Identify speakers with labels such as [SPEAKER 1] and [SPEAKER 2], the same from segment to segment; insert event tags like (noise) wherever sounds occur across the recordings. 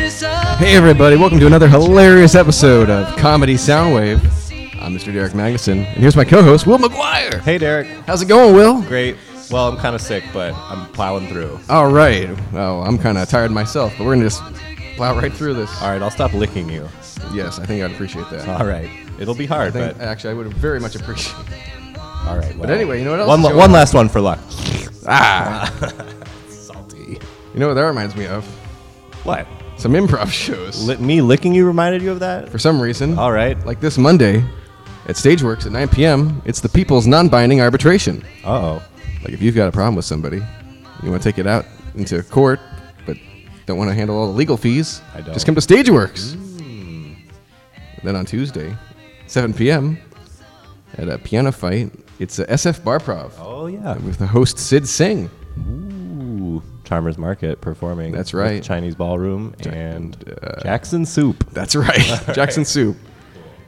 [SPEAKER 1] Hey, everybody, welcome to another hilarious episode of Comedy Soundwave. I'm Mr. Derek Magnuson, and here's my co host, Will McGuire.
[SPEAKER 2] Hey, Derek.
[SPEAKER 1] How's it going, Will?
[SPEAKER 2] Great. Well, I'm kind of sick, but I'm plowing through.
[SPEAKER 1] All right. Well, I'm kind of tired myself, but we're going to just plow right through this.
[SPEAKER 2] All right, I'll stop licking you.
[SPEAKER 1] Yes, I think I'd appreciate that.
[SPEAKER 2] All right. It'll be
[SPEAKER 1] I
[SPEAKER 2] hard,
[SPEAKER 1] think,
[SPEAKER 2] but
[SPEAKER 1] actually, I would very much appreciate
[SPEAKER 2] all right. Well,
[SPEAKER 1] anyway, you know what else
[SPEAKER 2] One,
[SPEAKER 1] is
[SPEAKER 2] la-
[SPEAKER 1] going
[SPEAKER 2] one
[SPEAKER 1] on?
[SPEAKER 2] last one for luck.
[SPEAKER 1] (laughs) Ah!
[SPEAKER 2] Salty.
[SPEAKER 1] You know what that reminds me of?
[SPEAKER 2] What?
[SPEAKER 1] Some improv shows.
[SPEAKER 2] Li- me licking you reminded you of that?
[SPEAKER 1] For some reason.
[SPEAKER 2] All right.
[SPEAKER 1] Like this Monday at Stageworks at 9 p.m., it's the People's Non Binding Arbitration.
[SPEAKER 2] Uh oh.
[SPEAKER 1] Like if you've got a problem with somebody, you want to take it out into court, but don't want to handle all the legal fees.
[SPEAKER 2] I don't. Mm.
[SPEAKER 1] Just come to Stageworks. Then on Tuesday, 7 p.m. at a piano fight, it's a SF Bar Prov
[SPEAKER 2] Oh yeah.
[SPEAKER 1] with the host Sid Singh.
[SPEAKER 2] Ooh. Charmers Market performing.
[SPEAKER 1] That's
[SPEAKER 2] with
[SPEAKER 1] right. uh,
[SPEAKER 2] Chinese Ballroom and Jackson Soup.
[SPEAKER 1] That's right,
[SPEAKER 2] (laughs)
[SPEAKER 1] Jackson Soup.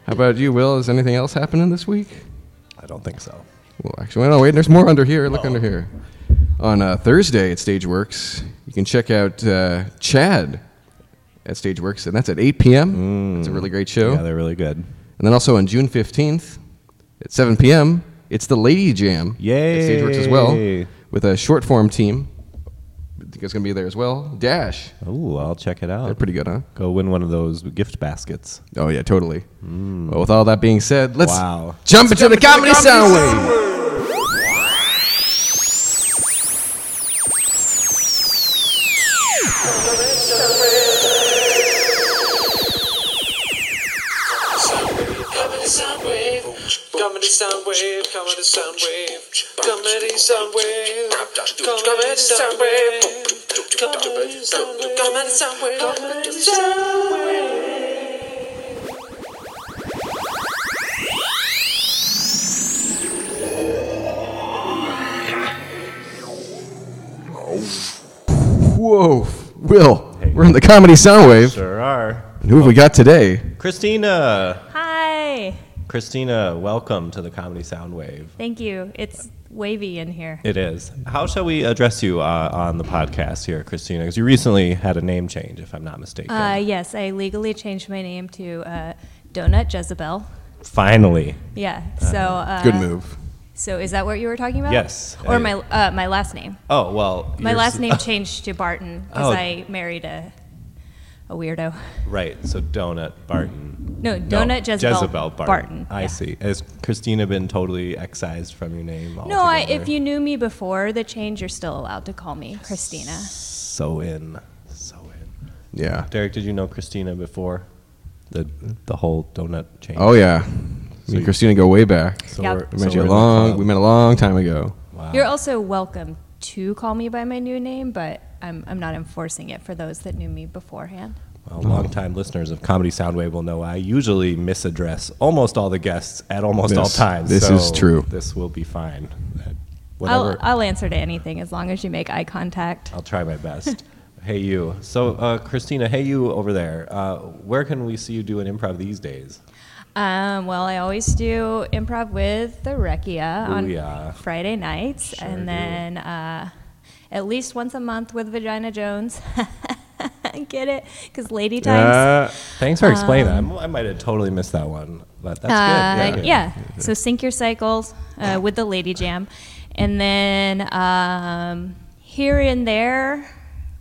[SPEAKER 1] How about you, Will? Is anything else happening this week?
[SPEAKER 2] I don't think so.
[SPEAKER 1] Well, actually, no, wait, there's more under here. Look under here. On uh, Thursday at Stageworks, you can check out uh, Chad at Stageworks, and that's at 8 p.m. It's a really great show.
[SPEAKER 2] Yeah, they're really good.
[SPEAKER 1] and then also on June 15th at 7 p.m., it's the Lady Jam at Stageworks as well
[SPEAKER 2] Yay.
[SPEAKER 1] with a short form team. I think it's going to be there as well. Dash.
[SPEAKER 2] Ooh, I'll check it
[SPEAKER 1] They're
[SPEAKER 2] out.
[SPEAKER 1] pretty good, huh?
[SPEAKER 2] Go win one of those gift baskets.
[SPEAKER 1] Oh, yeah, totally. Well, with all that being said, Mm. let's
[SPEAKER 2] Wow.
[SPEAKER 1] jump into the comedy, sound wave.
[SPEAKER 3] Comedy Soundwave, Comedy Soundwave, Comedy Soundwave, Comedy Soundwave, Comedy Soundwave, Comedy Soundwave, Comedy Soundwave, Comedy Soundwave.
[SPEAKER 1] Whoa, Will, we're in the comedy sound wave.
[SPEAKER 2] Sure are.
[SPEAKER 1] And who have we got today?
[SPEAKER 2] Christina.
[SPEAKER 4] Hi.
[SPEAKER 2] Christina, welcome to the Comedy Soundwave.
[SPEAKER 4] Thank you. It's wavy in here.
[SPEAKER 2] It is. How shall we address you uh, on the podcast here, Christina? Because you recently had a name change, if I'm not mistaken.
[SPEAKER 4] Uh, yes, I legally changed my name to uh, Donut Jezebel.
[SPEAKER 2] Finally.
[SPEAKER 4] Yeah. So. Uh,
[SPEAKER 1] Good move.
[SPEAKER 4] So is that what you were talking about?
[SPEAKER 2] Yes.
[SPEAKER 4] Or my uh, my last name.
[SPEAKER 2] Oh, well.
[SPEAKER 4] My
[SPEAKER 2] you're
[SPEAKER 4] last
[SPEAKER 2] s- (laughs)
[SPEAKER 4] name changed to Barton because
[SPEAKER 2] Oh.
[SPEAKER 4] I married a a weirdo.
[SPEAKER 2] Right. So Donut Barton.
[SPEAKER 4] No,
[SPEAKER 2] No,
[SPEAKER 4] Donut Jezebel,
[SPEAKER 2] Barton. I
[SPEAKER 4] yeah.
[SPEAKER 2] see. Has Christina been totally excised from your name? Altogether?
[SPEAKER 4] No, I, if you knew me before the change, you're still allowed to call me Christina.
[SPEAKER 2] So in. So in.
[SPEAKER 1] Yeah.
[SPEAKER 2] Derek, did you know Christina before the the whole donut change?
[SPEAKER 1] Oh yeah. Me and Christina go way back.
[SPEAKER 2] So
[SPEAKER 4] Yep.
[SPEAKER 2] we're-
[SPEAKER 1] We
[SPEAKER 2] so
[SPEAKER 1] met
[SPEAKER 2] we're
[SPEAKER 1] you
[SPEAKER 2] in
[SPEAKER 1] a
[SPEAKER 2] the
[SPEAKER 1] long.
[SPEAKER 2] club.
[SPEAKER 1] We met a long time ago.
[SPEAKER 2] Uh.
[SPEAKER 4] You're also welcome to call me by my new name, but I'm, I'm not enforcing it for those that knew me beforehand.
[SPEAKER 2] Well,
[SPEAKER 1] Oh.
[SPEAKER 2] long-time listeners of Comedy Soundwave will know I usually misaddress almost all the guests at almost all
[SPEAKER 1] This-
[SPEAKER 2] times.
[SPEAKER 1] this
[SPEAKER 2] so
[SPEAKER 1] is true.
[SPEAKER 2] This will be fine. Uh,
[SPEAKER 4] I'll,
[SPEAKER 2] Whatever. I'll,
[SPEAKER 4] I'll answer to anything as long as you make eye contact.
[SPEAKER 2] try my best. hey, you. So, uh, Christina, hey, you over there. Uh, where can we see you doing improv these days?
[SPEAKER 4] Um, well, I always do improv with the Rekia on
[SPEAKER 2] Booyah.
[SPEAKER 4] Friday nights,
[SPEAKER 2] Sure do.
[SPEAKER 4] and then uh, at least once a month with Vagina Jones. (laughs) Get it? Because lady times.
[SPEAKER 2] Thanks for explaining that. I might have totally missed that one, but that's
[SPEAKER 4] Uh,
[SPEAKER 2] good.
[SPEAKER 4] yeah. So sync your cycles uh, with the Lady Jam, and then um, here and there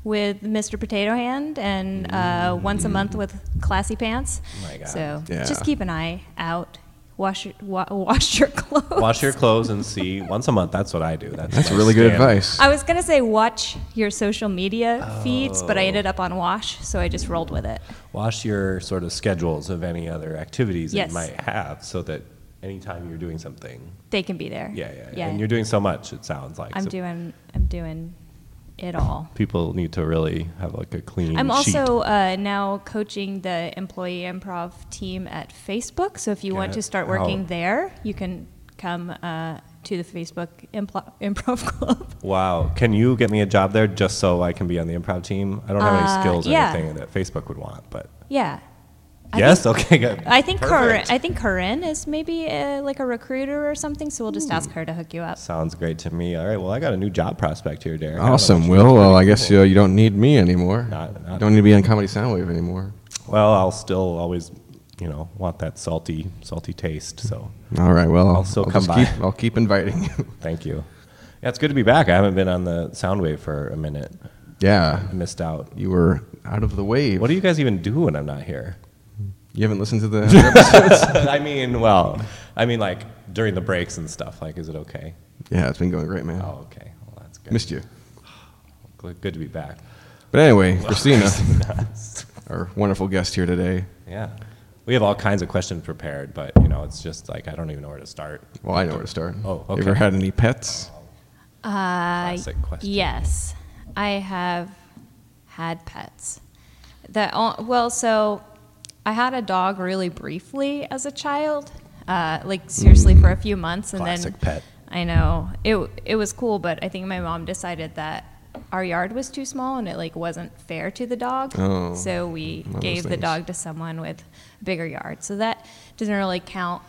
[SPEAKER 4] with Mr. Potato Hand, and uh, once a month with Classy Pants.
[SPEAKER 2] Oh My God.
[SPEAKER 4] So
[SPEAKER 1] Yeah.
[SPEAKER 4] just keep an eye out. Wash your, wa- (laughs) wash your clothes.
[SPEAKER 2] Wash your clothes and see once a month. That's what I do. That's,
[SPEAKER 1] That's
[SPEAKER 2] my
[SPEAKER 1] really good
[SPEAKER 2] standard.
[SPEAKER 1] advice.
[SPEAKER 4] I was gonna say watch your social media feeds, but I ended up on wash, so I just rolled with it.
[SPEAKER 2] wash your sort of schedules of any other activities that
[SPEAKER 4] Yes.
[SPEAKER 2] you might have so that anytime you're doing something
[SPEAKER 4] They can be there.
[SPEAKER 2] yeah yeah, yeah. and you're doing so much it sounds like
[SPEAKER 4] I'm
[SPEAKER 2] so
[SPEAKER 4] doing. I'm doing it all.
[SPEAKER 2] people need to really have like a clean
[SPEAKER 4] I'm
[SPEAKER 2] sheet.
[SPEAKER 4] also uh, now coaching the employee improv team at Facebook. So if you want
[SPEAKER 2] Got
[SPEAKER 4] to start
[SPEAKER 2] it.
[SPEAKER 4] working
[SPEAKER 2] Oh.
[SPEAKER 4] there, you can come uh, to the Facebook impl- (laughs) improv club.
[SPEAKER 2] wow can you get me a job there just so i can be on the improv team i don't have any
[SPEAKER 4] Uh,
[SPEAKER 2] skills or
[SPEAKER 4] yeah.
[SPEAKER 2] anything that facebook would want but
[SPEAKER 4] yeah. I
[SPEAKER 2] yes
[SPEAKER 4] Think,
[SPEAKER 2] okay good
[SPEAKER 4] I think Corinne.
[SPEAKER 2] Perfect.
[SPEAKER 4] I think Corinne is maybe uh like a recruiter or something. So we'll just
[SPEAKER 2] Hmm.
[SPEAKER 4] ask her to hook you up.
[SPEAKER 2] sounds great to me all right well i got a new job prospect here derek I don't know
[SPEAKER 1] Awesome,
[SPEAKER 2] if-
[SPEAKER 1] Will. Well, I guess uh, you don't need me anymore.
[SPEAKER 2] Not- not-
[SPEAKER 1] You don't need to be on Comedy Soundwave anymore.
[SPEAKER 2] Well, I'll still always, you know, want that salty, salty taste. So
[SPEAKER 1] All right. Well, I'll,
[SPEAKER 2] I'll still
[SPEAKER 1] just
[SPEAKER 2] come by.
[SPEAKER 1] Keep, I'll keep inviting. you. (laughs)
[SPEAKER 2] thank you. Yeah, it's good to be back. I haven't been on the Soundwave for a minute.
[SPEAKER 1] yeah,
[SPEAKER 2] I missed out.
[SPEAKER 1] you were out of the wave.
[SPEAKER 2] What do you guys even do when I'm not here? (laughs)
[SPEAKER 1] You haven't listened to the other episodes?
[SPEAKER 2] I mean, well, I mean like during the breaks and stuff. Like, is it okay?
[SPEAKER 1] yeah, it's been going great, man.
[SPEAKER 2] Oh, okay. Well, that's good.
[SPEAKER 1] Missed you.
[SPEAKER 2] Good- Good to be back. (laughs)
[SPEAKER 1] But anyway, Christina, our wonderful guest here today.
[SPEAKER 2] Yeah. We have all kinds of questions prepared, but you know, it's just like I don't even know where to start.
[SPEAKER 1] Well, I know where to start.
[SPEAKER 2] Oh,
[SPEAKER 1] You ever
[SPEAKER 2] okay.
[SPEAKER 1] had any pets?
[SPEAKER 4] Uh,
[SPEAKER 2] Classic question.
[SPEAKER 4] Yes, I have had pets. That o- well, so I had a dog really briefly as a child, uh, like seriously
[SPEAKER 1] Mm.
[SPEAKER 4] for a few months, and
[SPEAKER 2] Classic
[SPEAKER 4] then
[SPEAKER 2] pet.
[SPEAKER 4] I know it. It was cool, but I think my mom decided that our yard was too small and it like wasn't fair to the dog.
[SPEAKER 1] Oh,
[SPEAKER 4] so we
[SPEAKER 1] one of those
[SPEAKER 4] gave the
[SPEAKER 1] things.
[SPEAKER 4] dog to someone with a bigger yard. So that doesn't really count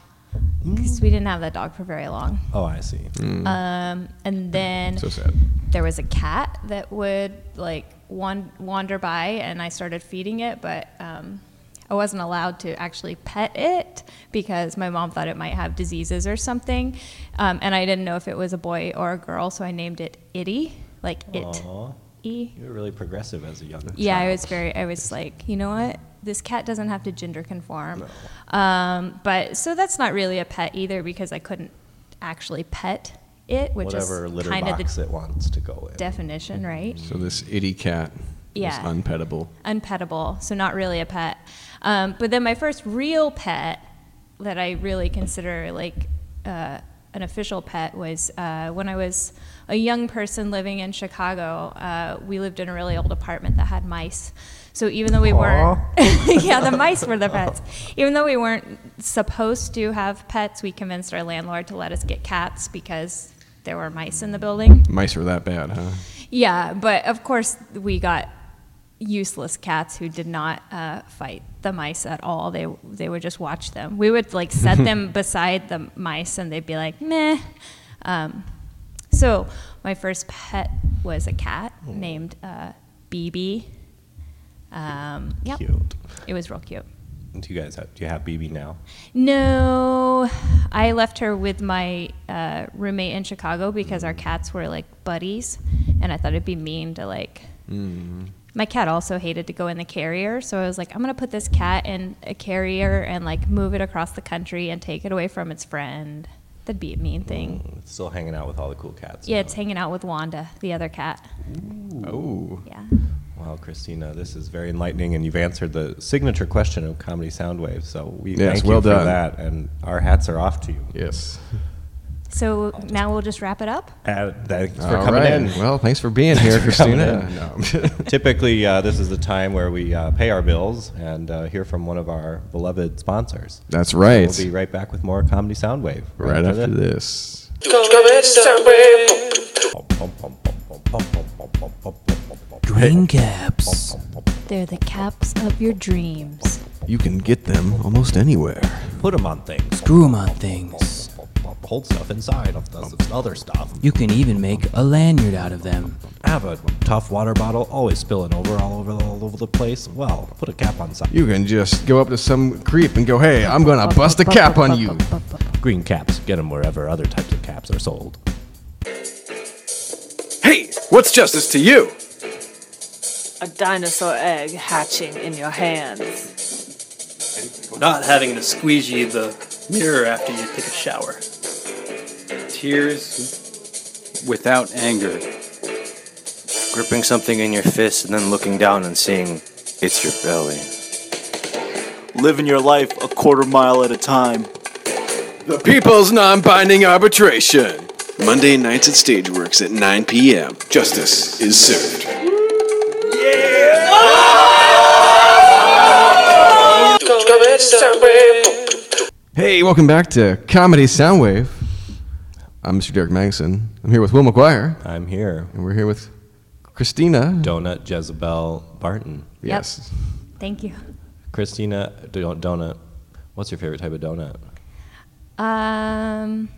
[SPEAKER 1] Mm.
[SPEAKER 4] because we didn't have that dog for very long.
[SPEAKER 2] Oh, I see.
[SPEAKER 4] Um, and then
[SPEAKER 1] Mm. So sad.
[SPEAKER 4] there was a cat that would like wan- wander by and i started feeding it but um, i wasn't allowed to actually pet it because my mom thought it might have diseases or something um, and i didn't know if it was a boy or a girl so i named it itty like it
[SPEAKER 2] Aw,
[SPEAKER 4] e
[SPEAKER 2] you were really progressive as a young child.
[SPEAKER 4] yeah i was very i was like you know what this cat doesn't have to gender conform um, but so that's not really a pet either because i couldn't actually pet it which
[SPEAKER 2] Whatever
[SPEAKER 4] is
[SPEAKER 2] litter
[SPEAKER 4] kind of the
[SPEAKER 2] box it Mm-hmm. wants to go in.
[SPEAKER 4] definition, right?
[SPEAKER 1] So this itty cat
[SPEAKER 4] Yeah.
[SPEAKER 1] was unpettable.
[SPEAKER 4] Unpettable, so not really a pet. Um, but then my first real pet that I really consider like uh, an official pet was uh, when I was a young person living in Chicago. Uh, we lived in a really old apartment that had mice. So even though we weren't, (laughs) yeah, the mice were the pets. Even though we weren't supposed to have pets, we convinced our landlord to let us get cats because there were mice in the building.
[SPEAKER 1] Mice were that bad, huh?
[SPEAKER 4] Yeah, but of course we got useless cats who did not uh, fight the mice at all. They they would just watch them. We would like set them beside the mice, and they'd be like meh. Um, so my first pet was a cat named uh, BB. Um, yep,
[SPEAKER 2] Cute.
[SPEAKER 4] it was real cute.
[SPEAKER 2] Do you guys have, do you have BB now?
[SPEAKER 4] No, I left her with my uh, roommate in Chicago because our cats were like buddies, and I thought it'd be mean to like. My cat also hated to go in the carrier, so I was like, I'm gonna put this cat in a carrier and like move it across the country and take it away from its friend. That'd be a mean thing.
[SPEAKER 2] It's still hanging out with all the cool cats.
[SPEAKER 4] Yeah,
[SPEAKER 2] now.
[SPEAKER 4] it's hanging out with Wanda, the other cat.
[SPEAKER 1] Oh.
[SPEAKER 4] Yeah.
[SPEAKER 2] Wow, Christina, this is very enlightening, and you've answered the signature question of Comedy Soundwave. So we
[SPEAKER 1] Yes,
[SPEAKER 2] thank
[SPEAKER 1] well
[SPEAKER 2] you
[SPEAKER 1] done.
[SPEAKER 2] for that, and our hats are off to you.
[SPEAKER 1] Yes.
[SPEAKER 4] So now we'll just wrap it up.
[SPEAKER 2] Uh, thanks for
[SPEAKER 1] All
[SPEAKER 2] coming
[SPEAKER 1] right.
[SPEAKER 2] in.
[SPEAKER 1] Well, thanks for being here,
[SPEAKER 2] Thanks for coming
[SPEAKER 1] Christina.
[SPEAKER 2] in.
[SPEAKER 1] No.
[SPEAKER 2] (laughs) Typically, uh, this is the time where we uh, pay our bills and uh, hear from one of our beloved sponsors.
[SPEAKER 1] (laughs) That's right.
[SPEAKER 2] We'll be right back with more Comedy Soundwave.
[SPEAKER 1] right after this.
[SPEAKER 3] Comedy Soundwave.
[SPEAKER 5] Dream caps.
[SPEAKER 4] They're the caps of your dreams.
[SPEAKER 1] You can get them almost anywhere.
[SPEAKER 2] Put them on things.
[SPEAKER 5] Screw 'em on things.
[SPEAKER 2] Hold stuff inside of those other stuff.
[SPEAKER 5] You can even make a lanyard out of them.
[SPEAKER 2] Have a tough water bottle, always spilling over all over all over the place. Well, put a cap on something.
[SPEAKER 1] You can just go up to some creep and go, hey, I'm going to bust a cap on you.
[SPEAKER 2] Green caps, get them wherever other types of caps are sold.
[SPEAKER 6] Hey, what's justice to you?
[SPEAKER 7] a dinosaur egg hatching in your hands.
[SPEAKER 8] not having to squeegee the mirror after you take a shower.
[SPEAKER 6] Tears without anger.
[SPEAKER 9] gripping something in your fist and then looking down and seeing it's your belly.
[SPEAKER 10] living your life a quarter mile at a time.
[SPEAKER 6] The People's Non Binding Arbitration. Monday nights at Stageworks at 9 p.m. Justice is served.
[SPEAKER 3] Comedy Soundwave.
[SPEAKER 1] Hey, welcome back to Comedy Soundwave. I'm Mr. Derek Magnuson. I'm here with Will McGuire,
[SPEAKER 2] I'm here.
[SPEAKER 4] Mm-hmm.
[SPEAKER 1] and we're here with Christina.
[SPEAKER 2] Donut Jezebel Barton.
[SPEAKER 1] Yes.
[SPEAKER 4] Thank you.
[SPEAKER 2] Christina, do- donut. What's your favorite type of donut?
[SPEAKER 4] Um,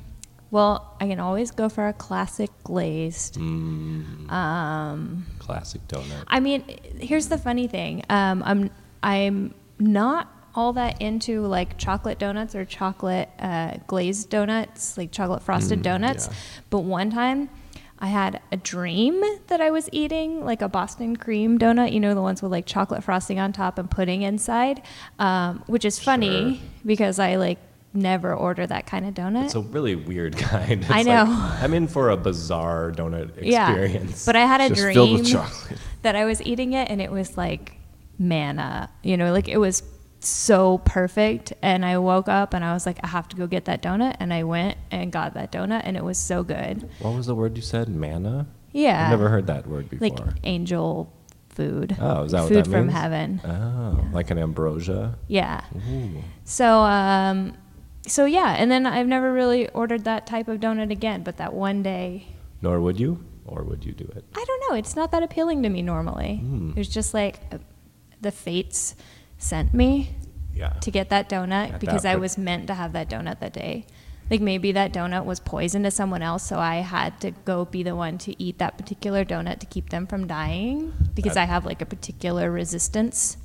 [SPEAKER 4] well, I can always go for a classic glazed. Um,
[SPEAKER 2] Classic donut.
[SPEAKER 4] I mean, here's the funny thing. Um, I'm I'm not all that into like chocolate donuts or chocolate uh, glazed donuts, like chocolate frosted donuts. But one time I had a dream that I was eating like a Boston cream donut, you know, the ones with like chocolate frosting on top and pudding inside, um, which is funny because I like never order that kind of donut.
[SPEAKER 2] It's a really weird (laughs) kind. It's
[SPEAKER 4] I
[SPEAKER 2] like,
[SPEAKER 4] know.
[SPEAKER 2] I'm in for a bizarre donut experience.
[SPEAKER 4] (laughs) Yeah, but I had a
[SPEAKER 1] Just
[SPEAKER 4] dream
[SPEAKER 1] filled with
[SPEAKER 4] (laughs)
[SPEAKER 1] chocolate.
[SPEAKER 4] that I was eating it, and it was like manna. You know, like it was so perfect. And I woke up, and I was like, I have to go get that donut. And I went and got that donut, and it was so good.
[SPEAKER 2] what was the word you said? Manna?
[SPEAKER 4] Yeah,
[SPEAKER 2] I've never heard that word before.
[SPEAKER 4] Uh, like angel food.
[SPEAKER 2] Oh, is that what
[SPEAKER 4] food
[SPEAKER 2] that
[SPEAKER 4] from
[SPEAKER 2] means?
[SPEAKER 4] heaven?
[SPEAKER 2] oh, like an ambrosia.
[SPEAKER 4] Yeah. So, um, so yeah, and then I've never really ordered that type of donut again. But that one day,
[SPEAKER 2] Nor would you, or would you do it?
[SPEAKER 4] I don't know. It's not that appealing to me normally.
[SPEAKER 2] Hmm.
[SPEAKER 4] It was just like uh, the fates sent me
[SPEAKER 2] Yeah.
[SPEAKER 4] to get that donut
[SPEAKER 2] that
[SPEAKER 4] because I
[SPEAKER 2] per-
[SPEAKER 4] was meant to have that donut that day. Like maybe that donut was poison to someone else, so I had to go be the one to eat that particular donut to keep them from dying because I have like a particular resistance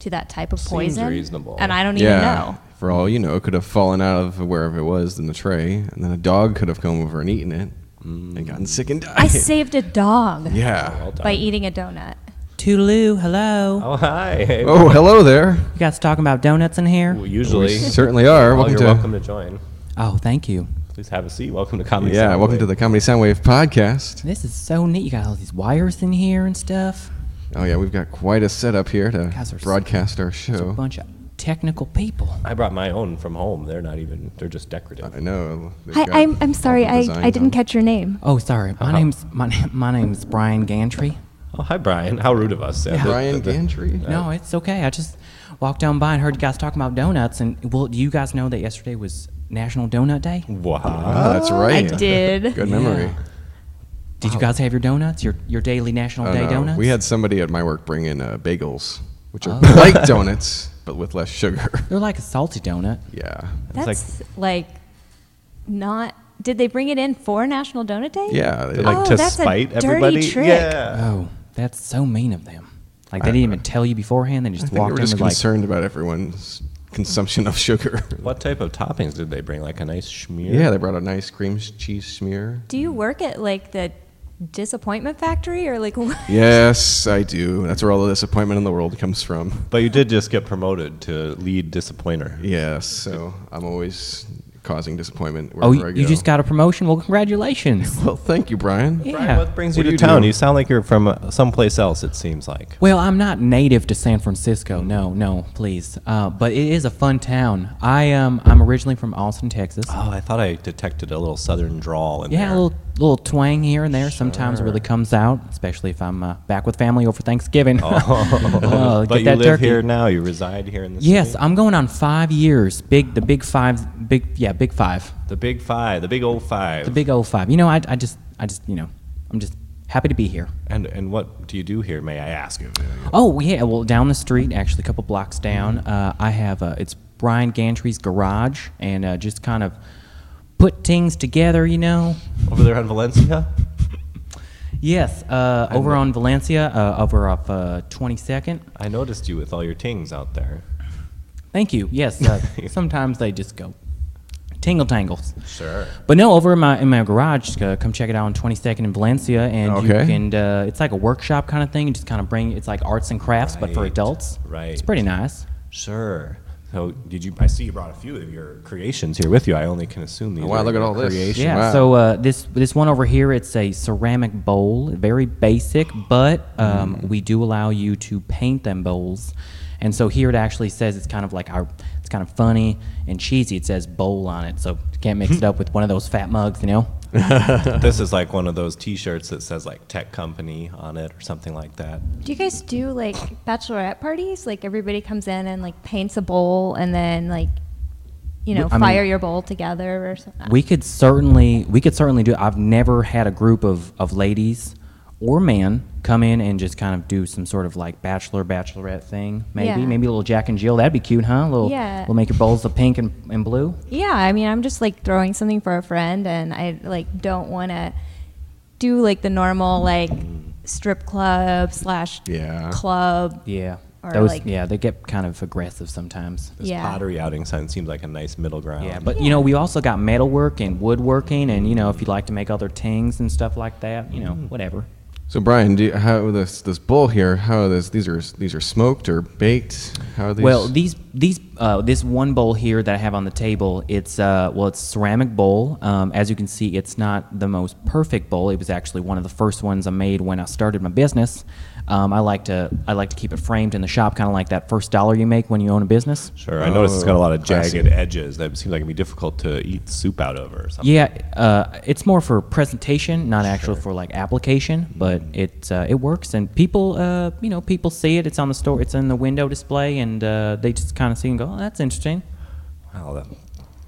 [SPEAKER 4] to that type of
[SPEAKER 2] Seems
[SPEAKER 4] poison.
[SPEAKER 2] reasonable.
[SPEAKER 4] And I don't even
[SPEAKER 1] Yeah.
[SPEAKER 2] (laughs)
[SPEAKER 4] know.
[SPEAKER 1] For all you know, it could have fallen out of wherever it was in the tray, and then a dog could have come over and eaten it
[SPEAKER 2] Mm.
[SPEAKER 1] and gotten sick and died.
[SPEAKER 4] I saved a dog
[SPEAKER 1] yeah.
[SPEAKER 4] by eating a donut.
[SPEAKER 11] Toodaloo, hello.
[SPEAKER 2] Oh, hi. Hey,
[SPEAKER 1] Oh, hello there.
[SPEAKER 11] You guys talking about donuts in here?
[SPEAKER 2] well, Usually.
[SPEAKER 1] Oh, We certainly are.
[SPEAKER 2] Well,
[SPEAKER 1] Welcome
[SPEAKER 2] you're
[SPEAKER 1] to
[SPEAKER 2] welcome to join.
[SPEAKER 11] Oh, thank you.
[SPEAKER 2] Please have a seat. Welcome to Comedy
[SPEAKER 1] yeah,
[SPEAKER 2] Sound
[SPEAKER 1] welcome to
[SPEAKER 2] Wave.
[SPEAKER 1] the Comedy Soundwave podcast.
[SPEAKER 11] This is so neat. You got all these wires in here and stuff.
[SPEAKER 1] Oh yeah, we've got quite a setup here
[SPEAKER 11] Guys
[SPEAKER 1] to
[SPEAKER 11] are so-
[SPEAKER 1] broadcast our
[SPEAKER 11] A
[SPEAKER 1] show.
[SPEAKER 11] bunch of technical people.
[SPEAKER 2] I brought my own from home. They're not even, they're just decorative.
[SPEAKER 1] I know. they've
[SPEAKER 4] Hi,
[SPEAKER 1] got
[SPEAKER 4] I'm, I'm sorry,
[SPEAKER 1] all the
[SPEAKER 4] I,
[SPEAKER 1] designs
[SPEAKER 4] I didn't
[SPEAKER 1] on.
[SPEAKER 4] catch your name.
[SPEAKER 11] Oh, sorry.
[SPEAKER 1] Uh-huh.
[SPEAKER 11] My name's my, na- my name's Brian Gantry.
[SPEAKER 2] Oh, hi, Brian. How rude of us. Yeah, the-
[SPEAKER 1] Brian
[SPEAKER 2] the- the- (laughs)
[SPEAKER 1] Gantry.
[SPEAKER 11] No, it's okay. I just walked down by and heard you guys talking about donuts. And well, do you guys know that yesterday was National Donut Day?
[SPEAKER 2] Wow.
[SPEAKER 1] Oh, that's
[SPEAKER 4] I
[SPEAKER 1] right.
[SPEAKER 4] did.
[SPEAKER 1] Good memory.
[SPEAKER 11] Did you guys have your donuts? Your your daily National
[SPEAKER 1] Oh,
[SPEAKER 11] Day
[SPEAKER 1] no.
[SPEAKER 11] donuts? Oh.
[SPEAKER 1] We had somebody at my work bring in uh, bagels, which are (laughs)
[SPEAKER 11] (laughs)
[SPEAKER 1] like donuts but with less sugar. (laughs)
[SPEAKER 11] They're like a salty donut.
[SPEAKER 1] yeah.
[SPEAKER 2] It's like-
[SPEAKER 4] That's like, not. Did they bring it in for National Donut Day?
[SPEAKER 1] Yeah. they-
[SPEAKER 2] Like
[SPEAKER 4] Oh,
[SPEAKER 2] to
[SPEAKER 4] that's a
[SPEAKER 2] spite
[SPEAKER 4] dirty
[SPEAKER 2] everybody.
[SPEAKER 4] trick.
[SPEAKER 2] Yeah.
[SPEAKER 11] Oh, that's so mean of them. Like they didn't even tell you beforehand. They
[SPEAKER 1] I
[SPEAKER 11] just
[SPEAKER 1] think they
[SPEAKER 11] walked
[SPEAKER 1] were
[SPEAKER 11] in
[SPEAKER 1] just
[SPEAKER 11] with like.
[SPEAKER 1] concerned about everyone's consumption of sugar.
[SPEAKER 11] (laughs)
[SPEAKER 2] What type of toppings did they bring? Like a nice schmear?
[SPEAKER 1] yeah, they brought a nice cream s- cheese smear.
[SPEAKER 4] Do you work at like the disappointment factory or like (laughs) what?
[SPEAKER 1] Yes, I do. That's where all the disappointment in the world comes from.
[SPEAKER 2] But you did just get promoted to lead disappointer.
[SPEAKER 1] Yes, so I'm always causing disappointment
[SPEAKER 11] Oh,
[SPEAKER 1] wherever
[SPEAKER 11] you,
[SPEAKER 1] I go.
[SPEAKER 11] you just got a promotion.
[SPEAKER 1] (laughs)
[SPEAKER 11] Well, congratulations.
[SPEAKER 1] Well, thank you, Brian.
[SPEAKER 11] yeah.
[SPEAKER 2] What brings
[SPEAKER 1] What
[SPEAKER 2] you
[SPEAKER 1] do
[SPEAKER 2] to
[SPEAKER 1] you
[SPEAKER 2] town?
[SPEAKER 1] do?
[SPEAKER 2] You sound like you're from uh, someplace else, it seems like.
[SPEAKER 11] Well, I'm not native to San Francisco. No, no, please. Uh, but it is a fun town. I um, I'm originally from Austin, Texas.
[SPEAKER 1] Ah,
[SPEAKER 2] Oh, I thought I detected a little southern drawl in
[SPEAKER 11] yeah,
[SPEAKER 2] there.
[SPEAKER 11] a
[SPEAKER 2] (laughs)
[SPEAKER 11] little little twang here and there sometimes really comes out, especially if I'm uh, back with family over Thanksgiving. (laughs) Oh,
[SPEAKER 2] (laughs) but you live here now. You reside here in the
[SPEAKER 11] Yes,
[SPEAKER 2] city?
[SPEAKER 11] I'm going on five years. Big, the big five, big, yeah, big five,
[SPEAKER 2] The big five, the big old five.
[SPEAKER 11] the big old five. You know, I, I just, I just, you know, I'm just happy to be here.
[SPEAKER 2] and and what do you do here, may I ask?
[SPEAKER 11] Oh yeah, well down the street, actually a couple blocks down,
[SPEAKER 2] Mm-hmm.
[SPEAKER 11] uh, I have uh, it's Brian Gantry's garage, and uh, just kind of put things together, you know.
[SPEAKER 2] Over there on Valencia?
[SPEAKER 11] Yes, uh, over on Valencia, uh, over off uh, 22nd.
[SPEAKER 2] I noticed you with all your tings out there.
[SPEAKER 11] Thank you. Yes,
[SPEAKER 2] (laughs)
[SPEAKER 11] uh, sometimes they just go tingle tangles.
[SPEAKER 2] Sure.
[SPEAKER 11] But no, over in my in my garage, uh, come check it out on 22nd in Valencia, and
[SPEAKER 1] Okay.
[SPEAKER 11] you can. Uh, it's like a workshop kind of thing. You just kind of bring. It's like arts and crafts, but for
[SPEAKER 2] Right,
[SPEAKER 11] adults. It's
[SPEAKER 2] right.
[SPEAKER 11] pretty nice.
[SPEAKER 2] Sure. So did you I see you brought a few of your creations here with you. I only can assume these
[SPEAKER 1] Oh, wow,
[SPEAKER 2] are
[SPEAKER 1] look at
[SPEAKER 2] your
[SPEAKER 1] all this.
[SPEAKER 2] creations.
[SPEAKER 11] Yeah.
[SPEAKER 1] Wow.
[SPEAKER 11] So uh, this this one over here, it's a ceramic bowl, very basic, but um,
[SPEAKER 4] Mm.
[SPEAKER 11] we do allow you to paint them bowls. And so here it actually says it's kind of like our, it's kind of funny and cheesy. It says bowl on it, so you can't mix
[SPEAKER 4] Hmm.
[SPEAKER 11] it up with one of those fat mugs, you know.
[SPEAKER 2] This is like one of those T-shirts that says like tech company on it or something like that.
[SPEAKER 4] Do you guys do like bachelorette parties? Like everybody comes in and like paints a bowl and then like you know
[SPEAKER 11] I mean-
[SPEAKER 4] fire your bowl together or something.
[SPEAKER 11] We could certainly we could certainly do. it. I've never had a group of of ladies or men come in and just kind of do some sort of like bachelor bachelorette thing. Maybe
[SPEAKER 4] Yeah.
[SPEAKER 11] maybe a little Jack and Jill. That'd be cute, huh? A little
[SPEAKER 4] Yeah.
[SPEAKER 11] We'll make your bowls of pink and, and blue.
[SPEAKER 4] Yeah, I mean, I'm just like throwing something for a friend, and I like don't want to do like the normal like strip club slash
[SPEAKER 1] Yeah.
[SPEAKER 4] club
[SPEAKER 11] Yeah.
[SPEAKER 4] or
[SPEAKER 11] Those,
[SPEAKER 4] like
[SPEAKER 11] yeah, they get kind of aggressive sometimes. Um,
[SPEAKER 2] This
[SPEAKER 4] Yeah.
[SPEAKER 2] pottery outing sign seems like a nice middle ground.
[SPEAKER 11] Yeah, but you know, we also got metalwork and woodworking, and you know, if you'd like to make other tings and stuff like that, you know, whatever.
[SPEAKER 1] So Brian, do you, how this this bowl here? How this these are these are smoked or baked? How are these?
[SPEAKER 11] Well, these these uh, this one bowl here that I have on the table, it's uh, well, it's ceramic bowl. Um, as you can see, it's not the most perfect bowl. It was actually one of the first ones I made when I started my business. Um, I like to I like to keep it framed in the shop, kind of like that first dollar you make when you own a business.
[SPEAKER 2] Sure. I noticed it's got a lot of jagged
[SPEAKER 1] classy.
[SPEAKER 2] edges that seem like it'd be difficult to eat soup out of or something.
[SPEAKER 11] Yeah, uh, it's more for presentation, not actual for like application, but
[SPEAKER 2] Mm-hmm.
[SPEAKER 11] it uh, it works and people uh, you know people see it. It's on the store. It's in the window display, and uh, they just kind of see and go, oh, that's interesting.
[SPEAKER 2] Wow. That,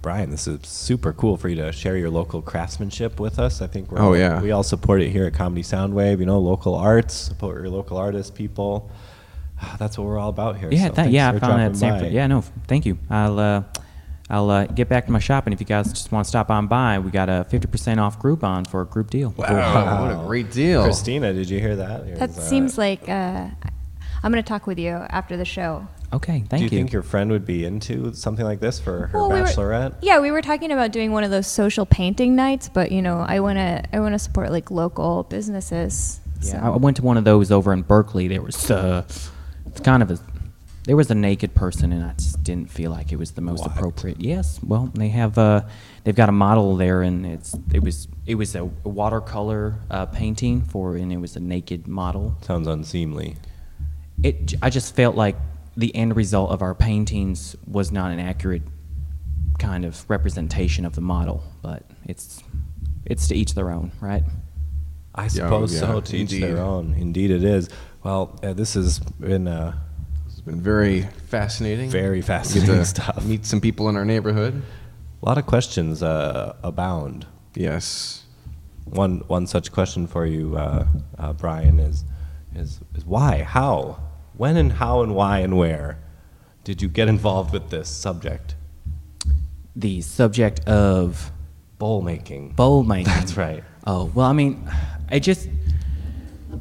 [SPEAKER 2] Brian, this is super cool for you to share your local craftsmanship with us. I think we're,
[SPEAKER 1] Oh, yeah.
[SPEAKER 2] we all support it here at Comedy Soundwave. You know, local arts, support your local artists, people. (sighs) That's what we're all about here.
[SPEAKER 11] Yeah,
[SPEAKER 2] so
[SPEAKER 11] that,
[SPEAKER 2] thanks
[SPEAKER 11] yeah, I
[SPEAKER 2] for
[SPEAKER 11] found that
[SPEAKER 2] dropping
[SPEAKER 11] at Sanford.
[SPEAKER 2] by.
[SPEAKER 11] Yeah, no, f- thank you. I'll uh, I'll uh, get back to my shop, and if you guys just want to stop on by, we got a fifty percent off Groupon for a group deal.
[SPEAKER 1] wow, Oh, what a great deal!
[SPEAKER 2] Christina, did you hear that? Here's,
[SPEAKER 4] that
[SPEAKER 2] uh,
[SPEAKER 4] seems like uh, I'm gonna talk with you after the show.
[SPEAKER 11] Okay,
[SPEAKER 2] Do
[SPEAKER 11] thank
[SPEAKER 2] you, think your friend would be into something like this for her
[SPEAKER 4] Well, we were-
[SPEAKER 2] bachelorette?
[SPEAKER 4] yeah, we were talking about doing one of those social painting nights, but you know, I wanna I wanna support like local businesses.
[SPEAKER 11] Yeah, I- I
[SPEAKER 4] so.
[SPEAKER 11] went to one of those over in Berkeley. There was uh, it's kind of a there was a naked person, and I just didn't feel like it was the most appropriate. Yes, well, they have uh, they've got a model there, and it's it was it was a watercolor uh, painting for, and it was a naked model.
[SPEAKER 2] Sounds unseemly.
[SPEAKER 11] It j- I just felt like the end result of our paintings was not an accurate kind of representation of the model, but it's it's to each their own, right?
[SPEAKER 2] I suppose
[SPEAKER 1] yeah,
[SPEAKER 2] so. To each
[SPEAKER 1] indeed.
[SPEAKER 2] their own. Indeed, it is. Well, uh, this has been uh,
[SPEAKER 1] It's been very fascinating.
[SPEAKER 2] very
[SPEAKER 1] Get to
[SPEAKER 2] fascinating (laughs) stuff.
[SPEAKER 1] Meet some people in our neighborhood.
[SPEAKER 2] A lot of questions uh, abound.
[SPEAKER 1] Yes.
[SPEAKER 2] One one such question for you, uh, uh, Brian, is, is is why, how, when, and how, and why, and where did you get involved with this subject?
[SPEAKER 11] The subject of
[SPEAKER 2] Bowl making.
[SPEAKER 11] bowl making.
[SPEAKER 2] That's right.
[SPEAKER 11] Oh well, I mean, I just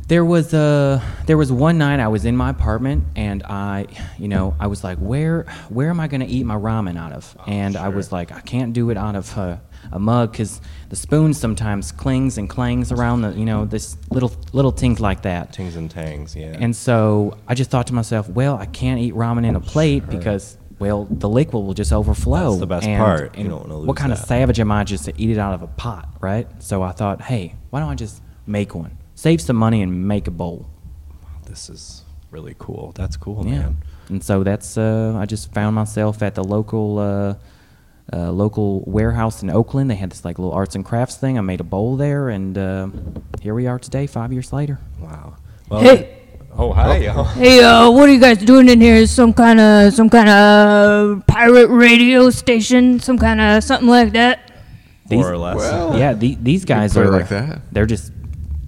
[SPEAKER 11] there was a there was one night I was in my apartment and I, you know, I was like, where where am I gonna eat my ramen out of?
[SPEAKER 2] Oh,
[SPEAKER 11] and I was like, I can't do it out of a, a mug because the spoon sometimes clings and clangs around the, you know, this little little things like that.
[SPEAKER 2] Tings and tangs. Yeah.
[SPEAKER 11] And so I just thought to myself, well, I can't eat ramen in a plate because, well, the liquid will just overflow.
[SPEAKER 2] That's the best
[SPEAKER 11] And-
[SPEAKER 2] part. You
[SPEAKER 11] and
[SPEAKER 2] don't wanna
[SPEAKER 11] What
[SPEAKER 2] lose
[SPEAKER 11] kind of
[SPEAKER 2] that.
[SPEAKER 11] savage am I just to eat it out of a pot, right? So I thought, hey, why don't I just make one? Save some money and make a bowl.
[SPEAKER 2] this is really cool. That's cool,
[SPEAKER 11] Yeah.
[SPEAKER 2] man.
[SPEAKER 11] And so that's uh, I just found myself at the local uh, uh, local warehouse in Oakland. They had this like little arts and crafts thing. I made a bowl there, and uh, here we are today, five years later.
[SPEAKER 2] Wow. Well,
[SPEAKER 12] Hey.
[SPEAKER 2] Oh hi.
[SPEAKER 12] Hey, uh, what are you guys doing in here? Some kind of some kind of pirate radio station, some kind of something like that.
[SPEAKER 11] These-
[SPEAKER 2] More or less.
[SPEAKER 11] yeah, the, these guys
[SPEAKER 1] put it
[SPEAKER 11] are
[SPEAKER 1] like that.
[SPEAKER 11] They're just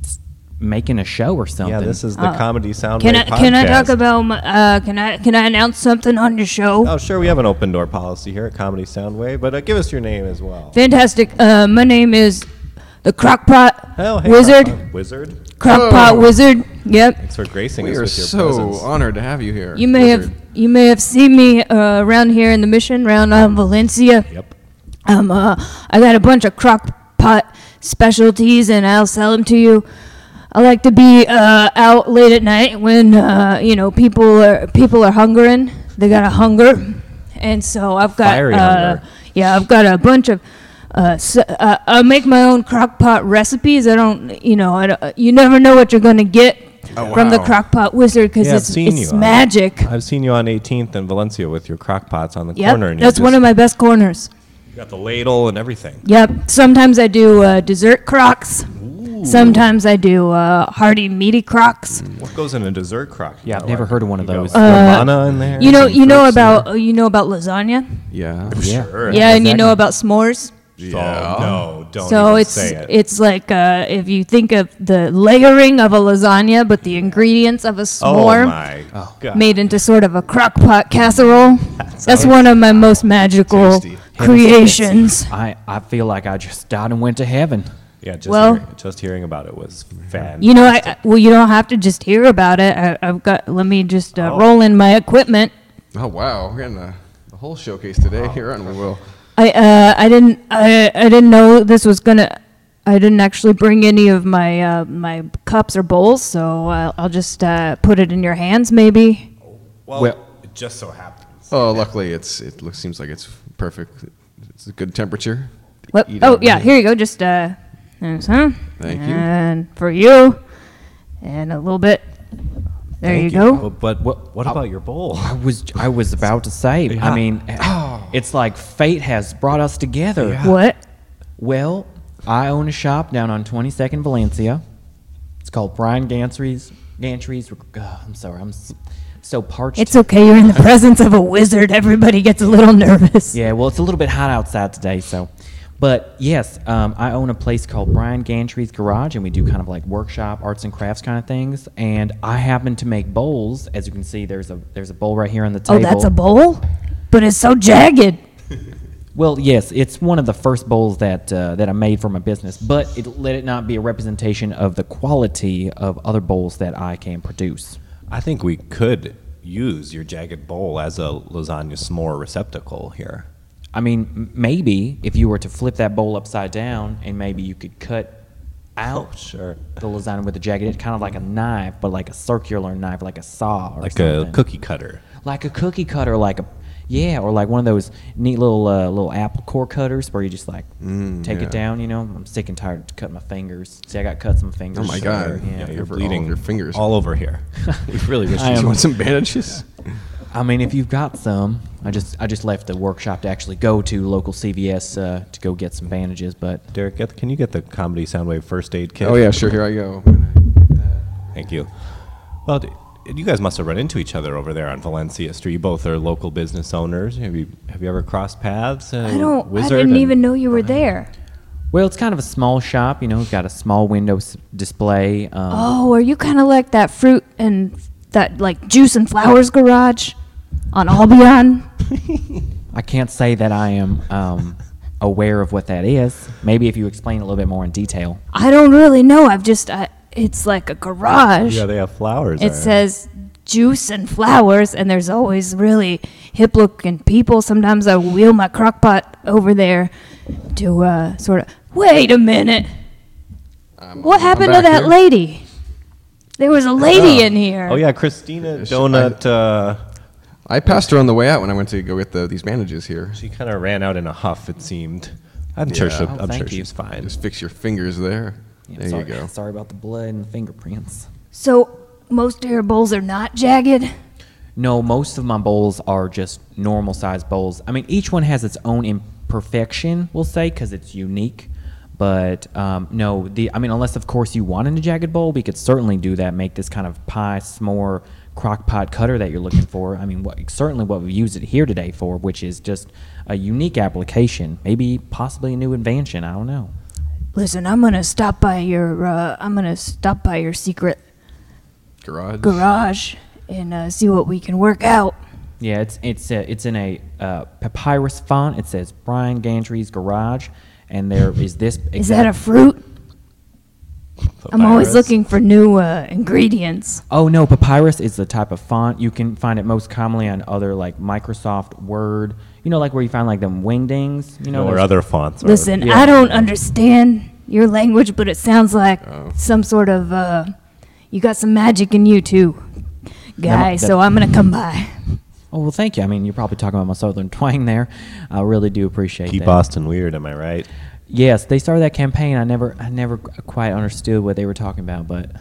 [SPEAKER 11] s- making a show or
[SPEAKER 2] Yeah,
[SPEAKER 11] something.
[SPEAKER 2] this is the comedy sound.
[SPEAKER 12] Uh, Can I
[SPEAKER 2] Wave
[SPEAKER 12] can I talk
[SPEAKER 2] Podcast.
[SPEAKER 12] about my uh, can I can I announce something on your show?
[SPEAKER 2] Oh, sure. We have an open door policy here at Comedy Soundwave, but uh, give us your name as well.
[SPEAKER 12] Fantastic. Uh, my name is the Crockpot
[SPEAKER 2] Oh, hey,
[SPEAKER 12] Wizard.
[SPEAKER 2] Crockpot Wizard.
[SPEAKER 12] Crockpot
[SPEAKER 1] Whoa.
[SPEAKER 12] Wizard. Yep.
[SPEAKER 2] Thanks for gracing
[SPEAKER 1] We
[SPEAKER 2] us
[SPEAKER 1] are
[SPEAKER 2] with your
[SPEAKER 1] so
[SPEAKER 2] presence.
[SPEAKER 1] honored to have you here.
[SPEAKER 12] You may have
[SPEAKER 1] Wizard.
[SPEAKER 12] you may have seen me uh, around here in the mission, around um, Valencia.
[SPEAKER 2] Yep.
[SPEAKER 12] Um, uh, I got a bunch of crock pot specialties, and I'll sell them to you. I like to be uh, out late at night when uh, you know people are people are hungering. They got a hunger, and so I've got
[SPEAKER 2] Fiery
[SPEAKER 12] uh,
[SPEAKER 2] hunger.
[SPEAKER 12] yeah, I've got a bunch of. Uh, s uh, I make my own crock pot recipes. I don't, you know, I don't, you never know what you're gonna get from the
[SPEAKER 1] wow.
[SPEAKER 12] crock pot wizard because
[SPEAKER 2] Yeah, I've
[SPEAKER 12] it's,
[SPEAKER 2] seen you
[SPEAKER 12] it's
[SPEAKER 2] on-
[SPEAKER 12] magic.
[SPEAKER 2] I've seen you on 18th in Valencia with your crock pots on the corner.
[SPEAKER 12] Yep,
[SPEAKER 2] And
[SPEAKER 12] that's one of my best corners.
[SPEAKER 2] You got the ladle and everything.
[SPEAKER 12] Yep. Sometimes I do uh, dessert crocs. Sometimes I do uh, hearty meaty crocs.
[SPEAKER 2] What goes in a dessert crock?
[SPEAKER 11] Yeah, I've never heard of one of those.
[SPEAKER 2] Romana in there.
[SPEAKER 12] Uh, You know,
[SPEAKER 2] some
[SPEAKER 12] you know
[SPEAKER 2] fruits in
[SPEAKER 12] about you know about lasagna.
[SPEAKER 1] Yeah.
[SPEAKER 11] yeah.
[SPEAKER 2] Sure.
[SPEAKER 12] yeah, and you know about s'mores.
[SPEAKER 2] there. Oh, no, don't
[SPEAKER 12] So
[SPEAKER 2] even
[SPEAKER 12] it's
[SPEAKER 2] say it.
[SPEAKER 12] it's like uh, if you think of the layering of a lasagna, but the ingredients of a s'more
[SPEAKER 2] oh my god.
[SPEAKER 12] made into sort of a crock pot casserole. That's one of my most magical
[SPEAKER 1] Tasty.
[SPEAKER 12] creations.
[SPEAKER 11] I, I feel like I just died and went to heaven.
[SPEAKER 2] Yeah, just,
[SPEAKER 12] Well-
[SPEAKER 2] hearing, just hearing about it was fantastic.
[SPEAKER 12] You know, I, I- well, you don't have to just hear about it. I, I've got. Let me just
[SPEAKER 2] Oh.
[SPEAKER 12] uh, roll in my equipment.
[SPEAKER 1] Oh wow, we're getting a, a whole showcase today here on Will.
[SPEAKER 12] I uh, I didn't I, I didn't know this was gonna. I didn't actually bring any of my uh, my cups or bowls, so I'll, I'll just uh, put it in your hands, maybe.
[SPEAKER 2] well,
[SPEAKER 1] Well-
[SPEAKER 2] it just so happened.
[SPEAKER 1] Oh, luckily it's it looks seems like it's perfect. It's a good temperature.
[SPEAKER 12] What?
[SPEAKER 1] Eat
[SPEAKER 12] Oh
[SPEAKER 1] it.
[SPEAKER 12] yeah, here you go. Just uh, there's huh.
[SPEAKER 1] Thank you.
[SPEAKER 12] And for you, and a little bit. There you,
[SPEAKER 2] Thank
[SPEAKER 12] go.
[SPEAKER 2] Oh, But, but what, what about your bowl?
[SPEAKER 11] I was I was about to say. I mean,
[SPEAKER 2] Oh.
[SPEAKER 11] it's like fate has brought us together.
[SPEAKER 12] What?
[SPEAKER 11] Well, I own a shop down on 22nd Valencia. It's called Brian Gantry's. Gantry's. Ugh, I'm sorry. I'm s- so parched.
[SPEAKER 12] It's okay. You're in the presence of a wizard. Everybody gets a little nervous.
[SPEAKER 11] Yeah, well, it's a little bit hot outside today, so. But yes, um, I own a place called Brian Gantry's Garage, and we do kind of like workshop, arts and crafts kind of things. And I happen to make bowls. As you can see, there's a there's a bowl right here on the
[SPEAKER 12] Oh,
[SPEAKER 11] table.
[SPEAKER 12] that's a bowl, but it's so jagged.
[SPEAKER 11] Well, yes, it's one of the first bowls that uh, that I made for my business, but it, let it not be a representation of the quality of other bowls that I can produce.
[SPEAKER 2] (laughs) I think we could use your jagged bowl as a lasagna s'more receptacle here.
[SPEAKER 11] I mean, m- maybe if you were to flip that bowl upside down, and maybe you could cut
[SPEAKER 1] (laughs)
[SPEAKER 11] out
[SPEAKER 2] sure.
[SPEAKER 11] the lasagna with a jagged edge, kind of like a knife, but like a circular knife, like a saw, or
[SPEAKER 2] Like a
[SPEAKER 11] something.
[SPEAKER 2] cookie cutter.
[SPEAKER 11] like a cookie cutter, like a yeah, or like one of those neat little uh, little apple core cutters where you just like take
[SPEAKER 1] Mm, yeah.
[SPEAKER 11] it down. You know, I'm sick and tired of cutting my fingers. See, I got cuts in my fingers.
[SPEAKER 1] Oh my god.
[SPEAKER 11] Yeah.
[SPEAKER 1] you're
[SPEAKER 2] bleeding
[SPEAKER 1] bleeding your fingers.
[SPEAKER 2] all over here. we really wish
[SPEAKER 11] I
[SPEAKER 1] Do
[SPEAKER 11] am-
[SPEAKER 1] you want some bandages?
[SPEAKER 11] I mean, if you've got some, I just I just left the workshop to actually go to local CVS uh, to go get some bandages, but
[SPEAKER 2] Derek, get, can you get the comedy soundwave first aid kit?
[SPEAKER 1] Oh yeah, sure. Here I go.
[SPEAKER 2] Thank you. Well, d- you guys must have run into each other over there on Valencia Street. You both are local business owners. Have you have you ever crossed paths? uh,
[SPEAKER 12] I don't.
[SPEAKER 2] Wizard
[SPEAKER 12] I didn't
[SPEAKER 2] and-
[SPEAKER 12] even know you were there.
[SPEAKER 11] Well, it's kind of a small shop, you know. We've got a small window s- display. Um,
[SPEAKER 12] Oh, are you kind of like that fruit and that like juice and flowers garage on Albion?
[SPEAKER 11] I can't say that I am um, aware of what that is. Maybe if you explain it a little bit more in detail.
[SPEAKER 12] I don't really know. I've just I, it's like a garage.
[SPEAKER 2] Yeah, they have flowers.
[SPEAKER 12] it
[SPEAKER 2] there.
[SPEAKER 12] says juice and flowers, and there's always really hip looking people. Sometimes I wheel my crock pot over there to uh, sort of wait a minute. what happened to
[SPEAKER 1] Um, back
[SPEAKER 12] that
[SPEAKER 1] here.
[SPEAKER 12] lady? There was a lady in here.
[SPEAKER 2] Oh yeah, Christina
[SPEAKER 1] she-
[SPEAKER 2] Donut. uh,
[SPEAKER 1] I passed her on the way out when I went to go get the, these bandages here.
[SPEAKER 2] she kind of ran out in a huff. It seemed. I'm sure.
[SPEAKER 1] Yeah.
[SPEAKER 2] She,
[SPEAKER 1] Oh,
[SPEAKER 2] I'm sure
[SPEAKER 11] thank you.
[SPEAKER 2] she's fine.
[SPEAKER 1] Just fix your fingers there.
[SPEAKER 11] Yeah,
[SPEAKER 1] there
[SPEAKER 11] sorry,
[SPEAKER 1] you go.
[SPEAKER 11] Sorry about the blood and the fingerprints.
[SPEAKER 12] So most of your bowls are not jagged.
[SPEAKER 11] No, most of my bowls are just normal sized bowls. I mean, each one has its own imperfection, we'll say, because it's unique. But um, no, the I mean, unless of course you wanted a jagged bowl, we could certainly do that. Make this kind of pie s'more crock pot cutter that you're looking for. I mean, what, certainly what we use it here today for, which is just a unique application, maybe possibly a new invention. I don't know.
[SPEAKER 12] Listen, I'm gonna stop by your uh, I'm gonna stop by your secret
[SPEAKER 1] Garage.
[SPEAKER 12] garage and uh, see what we can work out.
[SPEAKER 11] Yeah, it's it's uh, it's in a uh, papyrus font. It says Brian Gantry's Garage, and there is this.
[SPEAKER 12] Is that a fruit? I'm always looking for new uh, ingredients.
[SPEAKER 11] Oh no, Papyrus is the type of font you can find it most commonly on other like Microsoft Word. You know, like where you find like them wingdings. You know,
[SPEAKER 2] or
[SPEAKER 11] there's-
[SPEAKER 2] other fonts. or-
[SPEAKER 12] Listen, I don't understand your language, but it sounds like
[SPEAKER 2] Oh.
[SPEAKER 12] some sort of uh, you got some magic in you too, guy.
[SPEAKER 11] that-
[SPEAKER 12] so I'm gonna come by.
[SPEAKER 11] Oh well, thank you. I mean, you're probably talking about my southern (laughs) twang there. I really do appreciate
[SPEAKER 2] Keep
[SPEAKER 11] that.
[SPEAKER 2] Boston weird. Am I right?
[SPEAKER 11] Yes, they started that campaign. I never, I never quite understood what they were talking about, but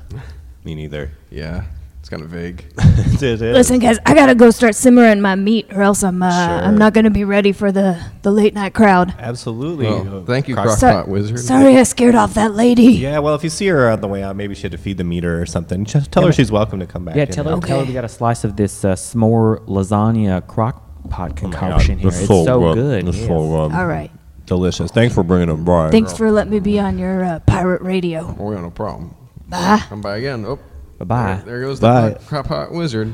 [SPEAKER 2] Me neither. (laughs)
[SPEAKER 1] Yeah. It's kind of vague. (laughs)
[SPEAKER 2] it is.
[SPEAKER 12] Listen, guys, I gotta go start simmering my meat, or else I'm uh,
[SPEAKER 2] Sure.
[SPEAKER 12] I'm not gonna be ready for the the late night crowd.
[SPEAKER 2] Absolutely.
[SPEAKER 1] Well, thank you,
[SPEAKER 2] Croc-
[SPEAKER 1] Crockpot
[SPEAKER 12] Sor-
[SPEAKER 1] Wizard.
[SPEAKER 12] Sorry, I scared off that lady.
[SPEAKER 2] Yeah, well, if you see her on the way out, maybe she had to feed the meter or something. Just tell her she's welcome to come back.
[SPEAKER 11] yeah,
[SPEAKER 2] in
[SPEAKER 11] tell her,
[SPEAKER 2] here.
[SPEAKER 11] tell her we got a slice of this uh, s'more lasagna crock pot
[SPEAKER 2] Oh my God,
[SPEAKER 11] concoction here.
[SPEAKER 2] that's
[SPEAKER 11] It's so
[SPEAKER 2] good.
[SPEAKER 11] good.
[SPEAKER 2] That's
[SPEAKER 11] yes.
[SPEAKER 2] so good.
[SPEAKER 12] All right.
[SPEAKER 2] Delicious. Thanks for bringing them, Brian.
[SPEAKER 12] Thanks for letting me be on your uh, pirate radio.
[SPEAKER 1] We're on a problem.
[SPEAKER 12] Bye.
[SPEAKER 1] Come by again. Oh,
[SPEAKER 11] Bye-bye.
[SPEAKER 1] There, there goes the
[SPEAKER 2] Bye.
[SPEAKER 1] hot, crop hot wizard.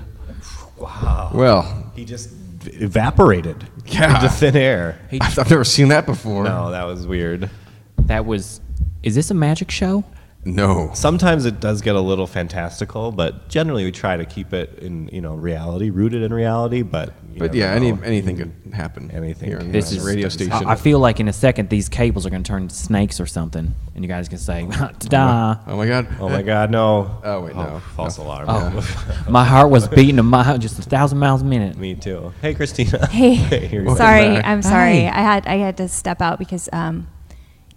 [SPEAKER 1] Wow. Well,
[SPEAKER 2] He just v- evaporated
[SPEAKER 1] Yeah.
[SPEAKER 2] into thin air.
[SPEAKER 1] I've, I've never seen that before.
[SPEAKER 2] No, that was weird.
[SPEAKER 11] That was Is this a magic show?
[SPEAKER 1] No.
[SPEAKER 2] Sometimes it does get a little fantastical, but generally we try to keep it in you know reality, rooted in reality. But you
[SPEAKER 1] But
[SPEAKER 2] never
[SPEAKER 1] yeah, any-
[SPEAKER 2] know.
[SPEAKER 1] anything could happen.
[SPEAKER 2] Anything.
[SPEAKER 1] here on
[SPEAKER 2] could
[SPEAKER 1] this
[SPEAKER 2] happen.
[SPEAKER 1] radio station.
[SPEAKER 11] I, I feel like in a second these cables are going to turn to snakes or something, and you guys can say, (laughs) "Ta-da!"
[SPEAKER 1] Oh my god.
[SPEAKER 2] (laughs) Oh my god, no.
[SPEAKER 1] Oh wait, no.
[SPEAKER 2] False alarm. (laughs)
[SPEAKER 11] Oh, my heart was beating a mile, just a thousand miles a minute.
[SPEAKER 2] Me too. Hey, Christina. (laughs) Here
[SPEAKER 4] Hey,
[SPEAKER 2] you are.
[SPEAKER 4] sorry, I'm sorry.
[SPEAKER 11] Hey.
[SPEAKER 4] I had I had to step out because um,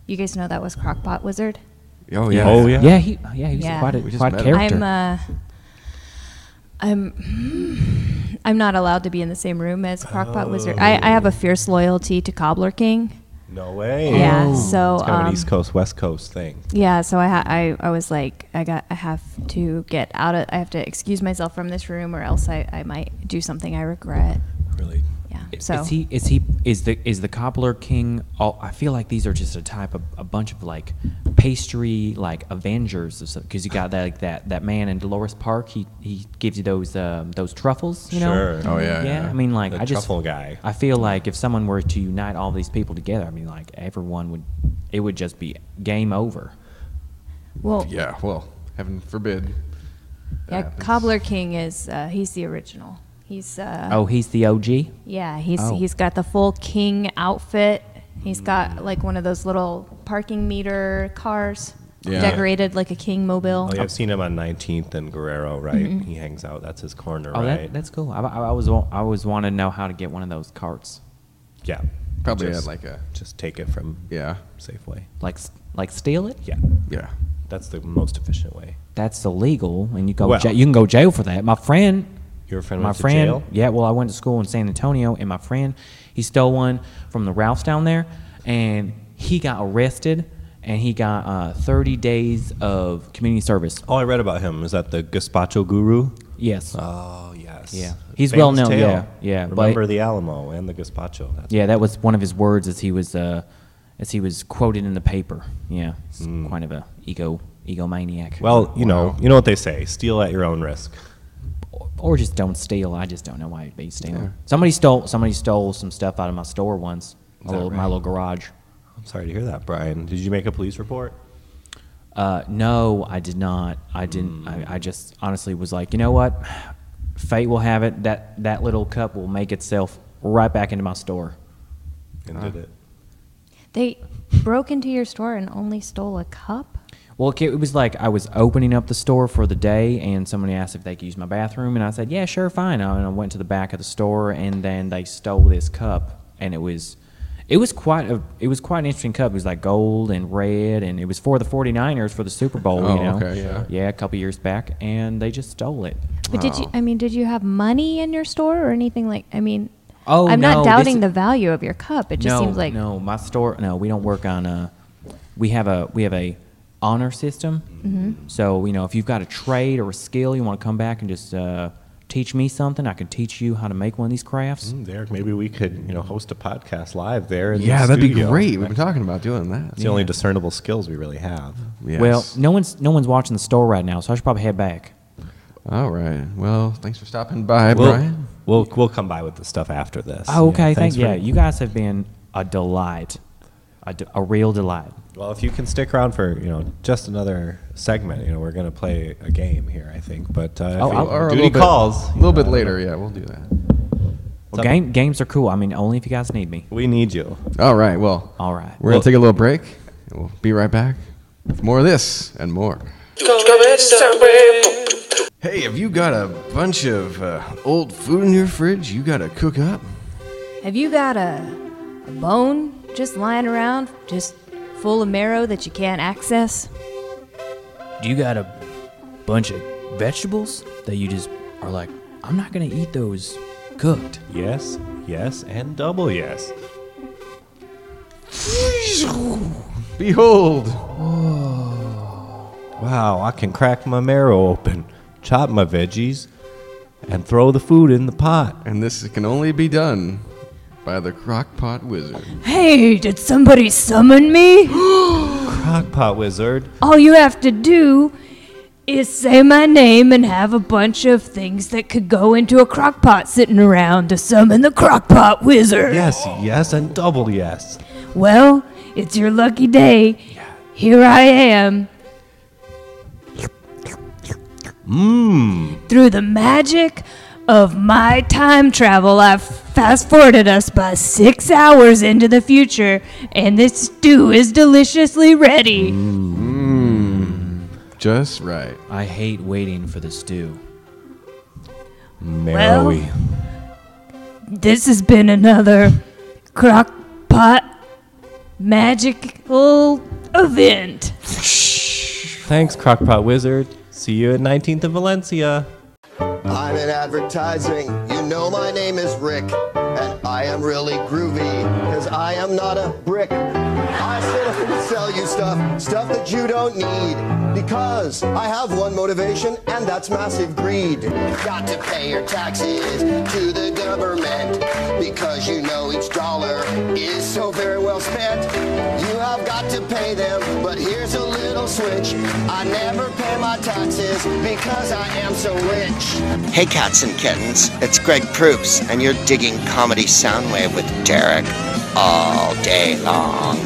[SPEAKER 4] you guys know that was Crockpot Wizard.
[SPEAKER 1] Oh yeah.
[SPEAKER 2] Oh, yeah.
[SPEAKER 11] Yeah, he, yeah, he was quite a
[SPEAKER 1] We just
[SPEAKER 11] quite
[SPEAKER 1] met
[SPEAKER 11] a
[SPEAKER 1] him.
[SPEAKER 11] character.
[SPEAKER 4] I'm uh, I'm I'm not allowed to be in the same room as Crockpot Wizard. I, I have a fierce loyalty to Cobbler King.
[SPEAKER 2] No way.
[SPEAKER 12] uh,
[SPEAKER 4] Yeah, so
[SPEAKER 2] It's kind of
[SPEAKER 4] um,
[SPEAKER 2] an East Coast West Coast thing.
[SPEAKER 4] yeah, so I, ha- I I was like I got I have to get out of I have to excuse myself from this room or else I, I might do something I regret.
[SPEAKER 2] Really.
[SPEAKER 4] Yeah. So
[SPEAKER 11] is he is he is the is the cobbler king? All I feel like these are just a type of a bunch of like pastry like Avengers or something. Because you got that like that that man in Dolores Park. He he gives you those um, those truffles. You
[SPEAKER 2] Sure.
[SPEAKER 11] know.
[SPEAKER 2] Oh,
[SPEAKER 1] yeah,
[SPEAKER 11] Yeah.
[SPEAKER 1] yeah.
[SPEAKER 11] I mean like
[SPEAKER 2] The
[SPEAKER 11] I just
[SPEAKER 2] truffle guy.
[SPEAKER 11] I feel like if someone were to unite all these people together, I mean like everyone would it would just be game over.
[SPEAKER 4] well yeah,
[SPEAKER 1] Yeah. Well, heaven forbid. that happens.
[SPEAKER 4] Cobbler King is uh, he's the original. He's uh,
[SPEAKER 11] oh, he's the OG.
[SPEAKER 4] Yeah, he's
[SPEAKER 11] Oh.
[SPEAKER 4] he's got the full king outfit. He's got like one of those little parking meter cars
[SPEAKER 1] Yeah.
[SPEAKER 4] decorated like a king mobile.
[SPEAKER 2] Oh, yeah, I've seen him on 19th and Guerrero, right? He hangs out. That's his corner,
[SPEAKER 11] Mm-hmm. Oh,
[SPEAKER 2] right?
[SPEAKER 11] that, that's cool. I, I, I was wa- I always wanted to know how to get one of those carts,
[SPEAKER 2] yeah.
[SPEAKER 1] Probably
[SPEAKER 2] just,
[SPEAKER 1] had like a
[SPEAKER 2] just take it from
[SPEAKER 1] yeah
[SPEAKER 2] Safeway.
[SPEAKER 11] like s- like steal it.
[SPEAKER 2] Yeah.
[SPEAKER 1] yeah.
[SPEAKER 2] That's the most efficient way.
[SPEAKER 11] That's illegal, and you go
[SPEAKER 2] Well-
[SPEAKER 11] ja- you can go jail for that. My friend,
[SPEAKER 2] Your friend
[SPEAKER 11] my
[SPEAKER 2] went to
[SPEAKER 11] friend,
[SPEAKER 2] jail?
[SPEAKER 11] yeah. Well, I went to school in San Antonio, and my friend he stole one from the Ralphs down there, and he got arrested, and he got uh, thirty days of community service.
[SPEAKER 2] Oh, I read about him. Is that the gazpacho guru?
[SPEAKER 11] Yes.
[SPEAKER 2] Oh, yes.
[SPEAKER 11] Yeah. He's well known, yeah, yeah, but-
[SPEAKER 2] Remember the Alamo and the gazpacho. That's
[SPEAKER 11] yeah, that was one of his words as he was uh, as he was quoted in the paper. Yeah, it's kind of a ego egomaniac.
[SPEAKER 2] Hmm. Well, you know, you know what they say: steal at your own risk.
[SPEAKER 11] or just don't steal. I just don't know why it'd be stealing. Somebody stole. Somebody stole some stuff out of my store once. My little, my little garage.
[SPEAKER 2] I'm sorry to hear that, Brian. Did you make a police report?
[SPEAKER 11] Uh, no, I did not. I didn't.
[SPEAKER 1] Hmm.
[SPEAKER 11] I, I just honestly was like, you know what? Fate will have it that that little cup will make itself right back into my store. Uh,
[SPEAKER 2] And did it?
[SPEAKER 4] They broke into your store and only stole a cup.
[SPEAKER 11] Well, it was like I was opening up the store for the day, and somebody asked if they could use my bathroom, and I said, "Yeah, sure, fine." And I went to the back of the store, and then they stole this cup, and it was, it was quite a, it was quite an interesting cup. It was like gold and red, and it was for the 49ers for the Super Bowl.
[SPEAKER 1] Oh,
[SPEAKER 11] you know?
[SPEAKER 1] okay, yeah.
[SPEAKER 11] a couple years back, and they just stole it.
[SPEAKER 4] But did you? I mean, did you have money in your store or anything like? I mean,
[SPEAKER 11] Oh,
[SPEAKER 4] I'm
[SPEAKER 11] no,
[SPEAKER 4] not
[SPEAKER 11] this
[SPEAKER 4] doubting
[SPEAKER 11] is-
[SPEAKER 4] the value of your cup. It just
[SPEAKER 11] no,
[SPEAKER 4] seems like
[SPEAKER 11] no, my store. No, we don't work on. Uh, we have a we have a honor system.
[SPEAKER 4] Mm-hmm.
[SPEAKER 11] So you know, if you've got a trade or a skill, you want to come back and just uh, teach me something. I can teach you how to make one of these crafts.
[SPEAKER 2] Mm, Derek, maybe we could, you know, host a podcast live there. In
[SPEAKER 1] Yeah,
[SPEAKER 2] the
[SPEAKER 1] that'd be
[SPEAKER 2] studio.
[SPEAKER 1] great. We've been talking about doing that.
[SPEAKER 2] It's the only discernible skills we really have.
[SPEAKER 1] Yes.
[SPEAKER 11] Well, no one's no one's watching the store right now, so I should probably head back.
[SPEAKER 1] All right. Well, thanks for stopping by, Brian.
[SPEAKER 2] we'll we'll come by with the stuff after this.
[SPEAKER 11] Oh, okay.
[SPEAKER 2] thanks
[SPEAKER 11] thank
[SPEAKER 2] for-
[SPEAKER 11] yeah. You guys have been a delight, a, d- a real delight.
[SPEAKER 2] Well, if you can stick around for you know just another segment, you know, we're gonna play a game here, I think. But uh, if
[SPEAKER 11] Oh,
[SPEAKER 2] you-
[SPEAKER 11] I'll-
[SPEAKER 1] Or a
[SPEAKER 2] duty
[SPEAKER 1] little bit-
[SPEAKER 2] calls. uh,
[SPEAKER 1] A
[SPEAKER 2] you
[SPEAKER 1] little
[SPEAKER 2] know,
[SPEAKER 1] bit later. Yeah, we'll do that.
[SPEAKER 11] Well, game, games are cool. I mean, only if you guys need me.
[SPEAKER 2] We need you.
[SPEAKER 1] All right. Well,
[SPEAKER 11] All right.
[SPEAKER 1] we're going to take a little break. And we'll be right back with more of this and more. Hey, have you got a bunch of uh, old food in your fridge you got to cook up?
[SPEAKER 4] Have you got a, a bone just lying around, just full of marrow that you can't access?
[SPEAKER 11] Do you got a bunch of vegetables that you just are like, I'm not gonna eat those cooked?
[SPEAKER 2] Yes, yes, and double yes.
[SPEAKER 1] Behold,
[SPEAKER 2] Wow, I can crack my marrow open, chop my veggies, and throw the food in the pot.
[SPEAKER 1] and this can only be done by the crockpot wizard.
[SPEAKER 12] Hey, did somebody summon me?
[SPEAKER 4] (gasps)
[SPEAKER 2] Crockpot wizard.
[SPEAKER 12] All you have to do is say my name and have a bunch of things that could go into a crock pot sitting around to summon the crock pot wizard.
[SPEAKER 2] Yes, yes, and double yes.
[SPEAKER 12] Well, it's your lucky day. Here I am.
[SPEAKER 2] Mmm.
[SPEAKER 12] Through the magic of my time travel, I've fast forwarded us by six hours into the future, and this stew is deliciously ready.
[SPEAKER 1] Just right.
[SPEAKER 11] I hate waiting for the stew.
[SPEAKER 12] Marrowy. This has been another crockpot magical event. (laughs)
[SPEAKER 2] Thanks, Crockpot Wizard. See you at 19th of Valencia.
[SPEAKER 13] I'm in advertising. You know my name is Rick, and I am really groovy, because I am not a brick. I sit up and sell you stuff, stuff that you don't need, because I have one motivation, and that's massive greed. Got to pay your taxes to the government, because you know each dollar is so very well spent. You have got to pay them, but here's a little switch. I never pay my taxes, because I am so rich.
[SPEAKER 14] Hey, cats and kittens, it's Greg Proops, and you're digging Comedy Soundwave with Derek all day long.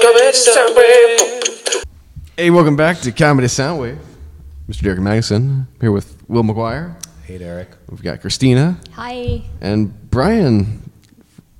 [SPEAKER 3] Comedy Soundwave.
[SPEAKER 1] Hey, welcome back to Comedy Soundwave. Mr. Derek Magnuson here with Will McGuire.
[SPEAKER 2] Hey, Derek.
[SPEAKER 1] We've got Christina
[SPEAKER 4] Hi.
[SPEAKER 1] and Brian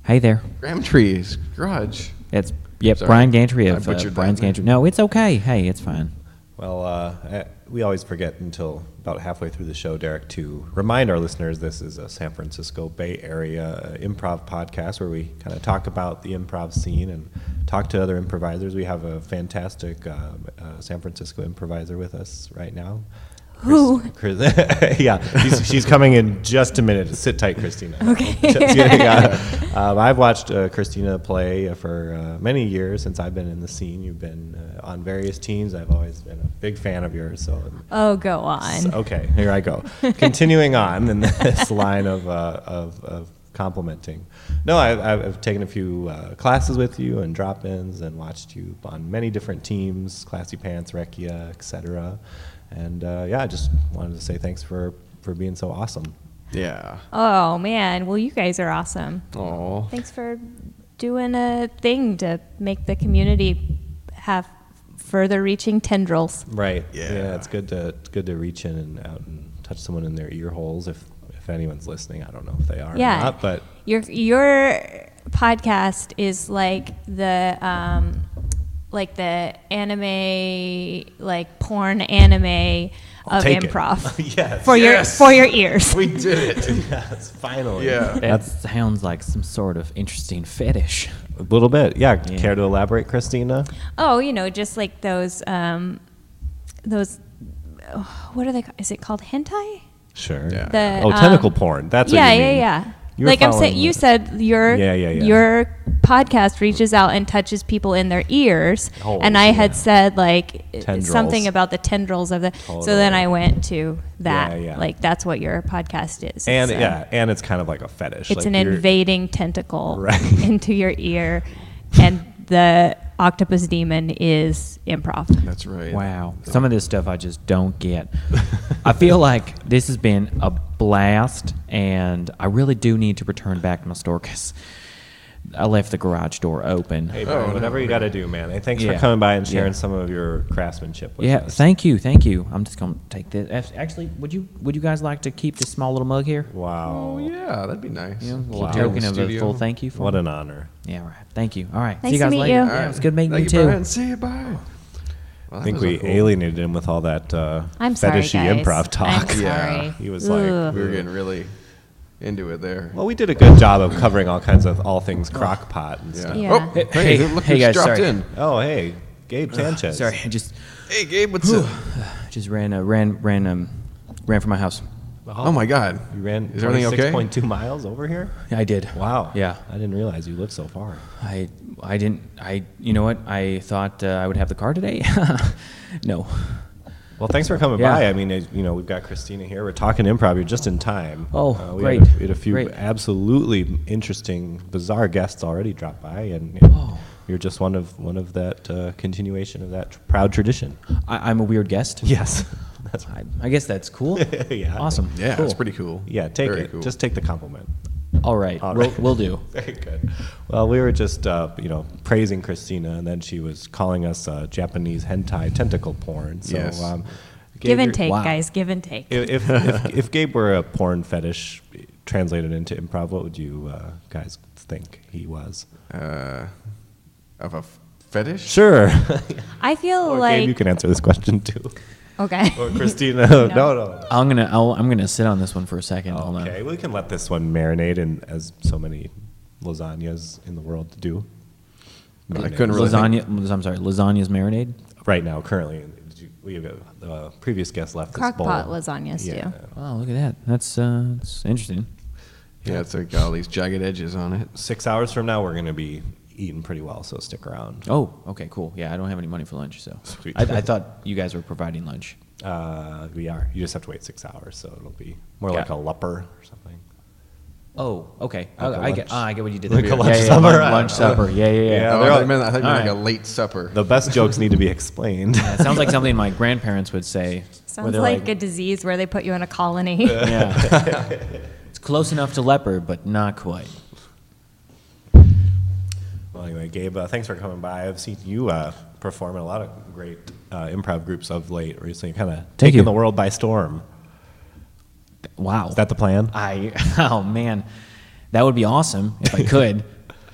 [SPEAKER 11] Hey there.
[SPEAKER 1] Gramtree's garage.
[SPEAKER 11] It's yep.
[SPEAKER 1] Sorry.
[SPEAKER 11] Brian Gantry
[SPEAKER 1] I
[SPEAKER 11] of uh,
[SPEAKER 1] butchered that
[SPEAKER 11] Brian's
[SPEAKER 1] name.
[SPEAKER 11] Gantry. No, it's okay. Hey, it's fine.
[SPEAKER 2] Well, uh, eh, we always forget until about halfway through the show, Derek, to remind our listeners this is a San Francisco Bay Area uh, improv podcast where we kind of talk about the improv scene and talk to other improvisers. We have a fantastic um, uh, San Francisco improviser with us right now.
[SPEAKER 12] Who?
[SPEAKER 2] Chris, (laughs) yeah, she's, she's coming in just a minute. Sit tight, (laughs) Christina.
[SPEAKER 12] Okay.
[SPEAKER 2] Just kidding. Uh, (laughs) um, I've watched uh, Christina play uh, for uh, many years since I've been in the scene. You've been uh, on various teams. I've always been a big fan of yours. So,
[SPEAKER 4] Oh, go on.
[SPEAKER 2] so- okay, here I go. Continuing on in this line of, uh, of, of complimenting. No, I've, I've taken a few uh, classes with you and drop ins and watched you on many different teams Classy Pants, Rekia, etc. And uh, yeah, I just wanted to say thanks for, for being so awesome.
[SPEAKER 1] Yeah.
[SPEAKER 4] Oh man, well you guys are awesome.
[SPEAKER 1] Aw.
[SPEAKER 4] Thanks for doing a thing to make the community have further reaching tendrils.
[SPEAKER 2] Right. Yeah. It's good to it's good to reach in and out and touch someone in their ear holes if if anyone's listening. I don't know if they are
[SPEAKER 4] Yeah.
[SPEAKER 2] or not, but
[SPEAKER 4] Your your podcast is like the um like the anime like porn anime
[SPEAKER 2] I'll
[SPEAKER 4] of
[SPEAKER 2] take it.
[SPEAKER 4] improv.
[SPEAKER 11] (laughs)
[SPEAKER 2] Yes.
[SPEAKER 4] For
[SPEAKER 2] Yes.
[SPEAKER 4] your for your ears.
[SPEAKER 1] We did it.
[SPEAKER 2] yes, finally.
[SPEAKER 11] That sounds like some sort of interesting fetish.
[SPEAKER 2] a little bit. Yeah. Care to elaborate, Christina?
[SPEAKER 4] Oh, you know, just like those um those oh, what are they ca- is it called hentai?
[SPEAKER 2] Sure.
[SPEAKER 4] The,
[SPEAKER 2] oh,
[SPEAKER 4] um,
[SPEAKER 2] tentacle porn. That's
[SPEAKER 4] yeah,
[SPEAKER 2] what you
[SPEAKER 4] yeah,
[SPEAKER 2] mean.
[SPEAKER 4] yeah.
[SPEAKER 2] You were
[SPEAKER 4] like I'm saying,
[SPEAKER 2] following
[SPEAKER 4] you
[SPEAKER 2] the-
[SPEAKER 4] said your
[SPEAKER 2] Yeah, yeah, yeah.
[SPEAKER 4] your podcast reaches out and touches people in their ears,
[SPEAKER 2] Oh,
[SPEAKER 4] and I had
[SPEAKER 2] yeah.
[SPEAKER 4] said like
[SPEAKER 2] Tendrils.
[SPEAKER 4] something about the tendrils of the. So then I went to that.
[SPEAKER 2] Yeah, yeah.
[SPEAKER 4] Like that's what your podcast is.
[SPEAKER 2] And
[SPEAKER 4] It's a-
[SPEAKER 2] yeah, and it's kind of like a fetish.
[SPEAKER 4] it's
[SPEAKER 2] like
[SPEAKER 4] an
[SPEAKER 2] you're-
[SPEAKER 4] invading tentacle
[SPEAKER 2] Right.
[SPEAKER 4] (laughs) into your ear, and the octopus demon is improv.
[SPEAKER 1] That's right. Oh,
[SPEAKER 11] Wow. Some of this stuff I just don't get.
[SPEAKER 1] (laughs)
[SPEAKER 11] I feel like this has been a blast, and I really do need to return back to my store because I left the garage door open.
[SPEAKER 2] Hey,
[SPEAKER 1] Oh,
[SPEAKER 2] Brian, whatever you got to do, man. Hey, thanks for
[SPEAKER 11] Yeah.
[SPEAKER 2] coming by and
[SPEAKER 11] Yeah.
[SPEAKER 2] sharing some of your craftsmanship with
[SPEAKER 11] yeah,
[SPEAKER 2] us.
[SPEAKER 11] thank you, thank you. I'm just gonna take this. ac- Actually, would you would you guys like to keep this small little mug here?
[SPEAKER 1] Oh,
[SPEAKER 2] Wow.
[SPEAKER 1] Yeah, that'd be nice.
[SPEAKER 11] Yeah,
[SPEAKER 1] Keep
[SPEAKER 11] little
[SPEAKER 1] it in the
[SPEAKER 11] token of a
[SPEAKER 1] studio.
[SPEAKER 11] full thank you for
[SPEAKER 2] What
[SPEAKER 11] me.
[SPEAKER 2] an honor.
[SPEAKER 11] Yeah, right. Thank you. All right.
[SPEAKER 4] Nice
[SPEAKER 11] See you
[SPEAKER 4] to
[SPEAKER 11] guys
[SPEAKER 4] meet
[SPEAKER 11] later.
[SPEAKER 4] you.
[SPEAKER 11] Yeah, it was good meeting
[SPEAKER 1] Thank
[SPEAKER 11] you too.
[SPEAKER 1] Brian. See you. Bye. Well,
[SPEAKER 2] I
[SPEAKER 1] that
[SPEAKER 2] think
[SPEAKER 1] was a
[SPEAKER 2] we
[SPEAKER 1] cool-
[SPEAKER 2] alienated him with all that uh,
[SPEAKER 4] I'm sorry,
[SPEAKER 2] fetishy
[SPEAKER 4] guys.
[SPEAKER 2] improv
[SPEAKER 4] I'm
[SPEAKER 2] talk.
[SPEAKER 4] sorry.
[SPEAKER 2] He was
[SPEAKER 4] Ugh.
[SPEAKER 2] like,
[SPEAKER 1] We were getting really into it there.
[SPEAKER 2] Well, we did a good job of covering all kinds of all things crock pot and stuff.
[SPEAKER 4] Yeah.
[SPEAKER 1] Oh, hey,
[SPEAKER 11] Hey,
[SPEAKER 1] look
[SPEAKER 11] hey,
[SPEAKER 1] who's
[SPEAKER 11] guys,
[SPEAKER 1] dropped
[SPEAKER 11] sorry.
[SPEAKER 1] in.
[SPEAKER 2] Oh, hey, Gabe Sanchez.
[SPEAKER 11] Sorry, I just
[SPEAKER 1] Hey, Gabe, what's up?
[SPEAKER 11] just ran uh, ran ran um ran from my house. (laughs)
[SPEAKER 1] Oh my God.
[SPEAKER 2] You ran
[SPEAKER 1] Is everything okay?
[SPEAKER 2] 26.2 miles over here?
[SPEAKER 11] Yeah, I did.
[SPEAKER 2] Wow.
[SPEAKER 11] Yeah.
[SPEAKER 2] I didn't realize you lived so far.
[SPEAKER 11] I I didn't I you know what I thought uh, I would have the car today. (laughs) no.
[SPEAKER 2] Well, thanks for coming
[SPEAKER 11] Yeah.
[SPEAKER 2] by. I mean, as- you know, we've got Christina here. We're talking improv. You're just in time. Uh,
[SPEAKER 11] Oh,
[SPEAKER 2] we
[SPEAKER 11] great.
[SPEAKER 2] Had a, we had a few
[SPEAKER 11] Great.
[SPEAKER 2] absolutely interesting, bizarre guests already drop by, and you know, you're just one of one of that uh, continuation of that tr- proud tradition.
[SPEAKER 11] I, I'm a weird guest.
[SPEAKER 2] Yes. (laughs) That's
[SPEAKER 11] I, I guess that's cool.
[SPEAKER 2] yeah.
[SPEAKER 11] Awesome.
[SPEAKER 1] (laughs) Yeah,
[SPEAKER 11] cool.
[SPEAKER 1] it's pretty cool.
[SPEAKER 2] Yeah, take
[SPEAKER 1] Very
[SPEAKER 2] it.
[SPEAKER 1] cool.
[SPEAKER 2] Just take the compliment.
[SPEAKER 5] All right. We'll, we'll
[SPEAKER 1] (laughs)
[SPEAKER 5] do.
[SPEAKER 2] Very good. Well, we were just, uh, you know, praising Christina, and then she was calling us uh, Japanese hentai tentacle porn. So,
[SPEAKER 4] Yes.
[SPEAKER 2] um,
[SPEAKER 4] Give and
[SPEAKER 2] you're-
[SPEAKER 4] take, guys. Give and take.
[SPEAKER 2] If if, if, if Gabe were a porn fetish translated into improv, what would you uh, guys think he was?
[SPEAKER 1] Uh, of a f- fetish?
[SPEAKER 2] Sure.
[SPEAKER 4] I feel
[SPEAKER 2] Or
[SPEAKER 4] like-
[SPEAKER 2] Gabe, you can answer this question too.
[SPEAKER 4] Okay.
[SPEAKER 2] (laughs) Or Christina? (laughs) no, no. no.
[SPEAKER 11] I'm gonna I'll, I'm gonna sit on this one for a second. Hold on.
[SPEAKER 2] Okay, we can let this one marinate, and as so many lasagnas in the world do.
[SPEAKER 11] I couldn't really Lasagna- I'm sorry, lasagna's marinade.
[SPEAKER 2] Right now, currently, did you, we have a, the previous guest left. this bowl.
[SPEAKER 4] Crockpot lasagnas
[SPEAKER 2] Yeah.
[SPEAKER 4] too.
[SPEAKER 11] Oh, look at that. That's uh, that's interesting.
[SPEAKER 1] Yeah, it's like all these jagged edges on it. Oh,
[SPEAKER 2] Six hours from now, we're going to be eating pretty well, so stick around.
[SPEAKER 11] Oh, okay, cool. Yeah, I don't have any money for lunch, so
[SPEAKER 2] Sweet.
[SPEAKER 11] I, I thought you guys were providing lunch.
[SPEAKER 2] Uh, we are. You just have to wait six hours, so it'll be more
[SPEAKER 11] Got
[SPEAKER 2] like a lupper or something.
[SPEAKER 11] Oh, okay.
[SPEAKER 2] Like a
[SPEAKER 11] I, I get.
[SPEAKER 2] lunch-
[SPEAKER 11] ah, I get what you did.
[SPEAKER 2] Like
[SPEAKER 11] there.
[SPEAKER 2] a lunch
[SPEAKER 11] yeah, yeah,
[SPEAKER 2] supper.
[SPEAKER 11] lunch- lunch supper. Yeah, yeah, yeah.
[SPEAKER 1] Oh,
[SPEAKER 2] they're
[SPEAKER 1] I
[SPEAKER 2] all-
[SPEAKER 1] thought you meant- I thought you meant like
[SPEAKER 11] All
[SPEAKER 1] a late supper.
[SPEAKER 2] The best jokes need to be explained.
[SPEAKER 11] Yeah, it sounds
[SPEAKER 2] (laughs)
[SPEAKER 11] like something my grandparents would say. where
[SPEAKER 4] Sounds
[SPEAKER 11] they're
[SPEAKER 4] like, a disease where they put you in a colony. (laughs)
[SPEAKER 11] (laughs) yeah. it's close enough to leopard, but not quite.
[SPEAKER 2] Well, anyway, Gabe, uh, thanks for coming by. I've seen you uh, perform in a lot of great uh, improv groups of late recently, kind of taking
[SPEAKER 11] you.
[SPEAKER 2] the world by storm.
[SPEAKER 11] Wow. Is
[SPEAKER 2] that the plan?
[SPEAKER 11] I (laughs) oh man, that would be awesome if
[SPEAKER 2] (laughs)
[SPEAKER 11] I could.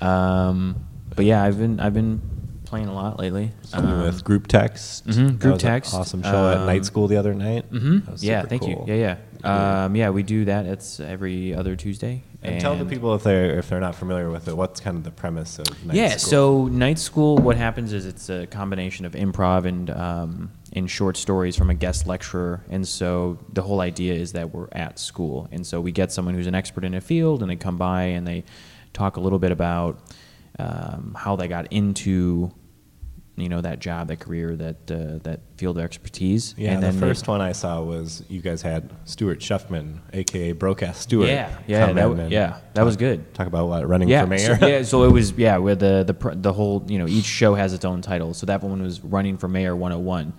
[SPEAKER 11] um, but yeah, I've been I've been playing a lot lately.
[SPEAKER 2] Something
[SPEAKER 11] Um,
[SPEAKER 2] with group text.
[SPEAKER 11] mhm,
[SPEAKER 2] That
[SPEAKER 11] group
[SPEAKER 2] was an
[SPEAKER 11] text.
[SPEAKER 2] awesome show at night
[SPEAKER 11] Um,
[SPEAKER 2] school the other night.
[SPEAKER 11] mhm.
[SPEAKER 2] That was
[SPEAKER 11] Yeah,
[SPEAKER 2] super
[SPEAKER 11] thank
[SPEAKER 2] cool.
[SPEAKER 11] you. Yeah, yeah. Um, yeah, we do that. It's every other Tuesday.
[SPEAKER 2] And, tell the people if they're if they're not familiar with it, what's kind of the premise of night
[SPEAKER 11] yeah,
[SPEAKER 2] school?
[SPEAKER 11] so night school, what happens is it's a combination of improv and um, and short stories from a guest lecturer. And so the whole idea is that we're at school, and so we get someone who's an expert in a field, and they come by and they talk a little bit about um, how they got into you know that job, that career, that uh, that field of expertise.
[SPEAKER 2] Yeah,
[SPEAKER 11] and
[SPEAKER 2] the
[SPEAKER 11] they-
[SPEAKER 2] first one I saw was you guys had Stuart Shuffman, aka Broadcast Stewart.
[SPEAKER 11] Yeah, yeah,
[SPEAKER 2] come
[SPEAKER 11] that
[SPEAKER 2] in
[SPEAKER 11] w-
[SPEAKER 2] and
[SPEAKER 11] yeah, that
[SPEAKER 2] talk-
[SPEAKER 11] was good.
[SPEAKER 2] Talk about what running
[SPEAKER 11] yeah,
[SPEAKER 2] for mayor. (laughs)
[SPEAKER 11] So, yeah, so it was yeah, where the the pr- the whole you know each show has its own title. So that one was running for mayor 101,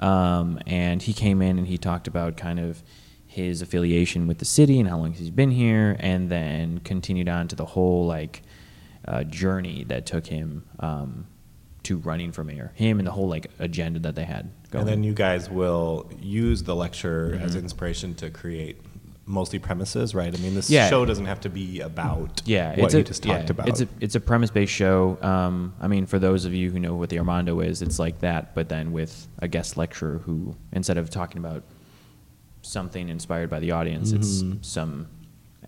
[SPEAKER 11] um, and he came in and he talked about kind of his affiliation with the city and how long he's been here, and then continued on to the whole like uh, journey that took him um, to running for mayor. Him and the whole like agenda that they had. Going.
[SPEAKER 2] And then you guys will use the lecture as
[SPEAKER 11] Mhm.
[SPEAKER 2] inspiration to create mostly premises, right? I mean, this
[SPEAKER 11] Yeah.
[SPEAKER 2] show doesn't have to be about
[SPEAKER 11] yeah,
[SPEAKER 2] what
[SPEAKER 11] it's
[SPEAKER 2] you
[SPEAKER 11] a,
[SPEAKER 2] just
[SPEAKER 11] yeah,
[SPEAKER 2] talked about.
[SPEAKER 11] It's a it's a premise based show. Um, I mean, for those of you who know what the Armando is, it's like that, but then with a guest lecturer who instead of talking about something inspired by the audience,
[SPEAKER 2] Mhm.
[SPEAKER 11] it's some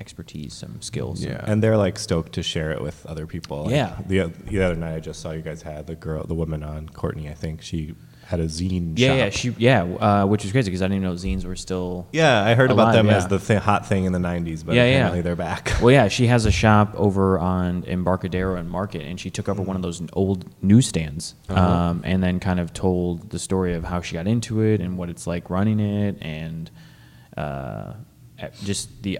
[SPEAKER 11] expertise, some skills. some-
[SPEAKER 2] And they're like stoked to share it with other people. Like,
[SPEAKER 11] Yeah.
[SPEAKER 2] The, oth- the other night I just saw you guys had the girl, the woman on Courtney, I think. She had a zine
[SPEAKER 11] Yeah,
[SPEAKER 2] shop.
[SPEAKER 11] yeah, she, yeah, uh, which is crazy because I didn't even know zines were still.
[SPEAKER 2] Yeah, I heard about
[SPEAKER 11] alive,
[SPEAKER 2] them
[SPEAKER 11] yeah.
[SPEAKER 2] as the th- hot thing in the 90s, but apparently they're back. (laughs)
[SPEAKER 11] Well, yeah, she has a shop over on Embarcadero and Market, and she took over one of those old newsstands,
[SPEAKER 2] Uh-huh.
[SPEAKER 11] um, and then kind of told the story of how she got into it and what it's like running it, and uh, eh, just the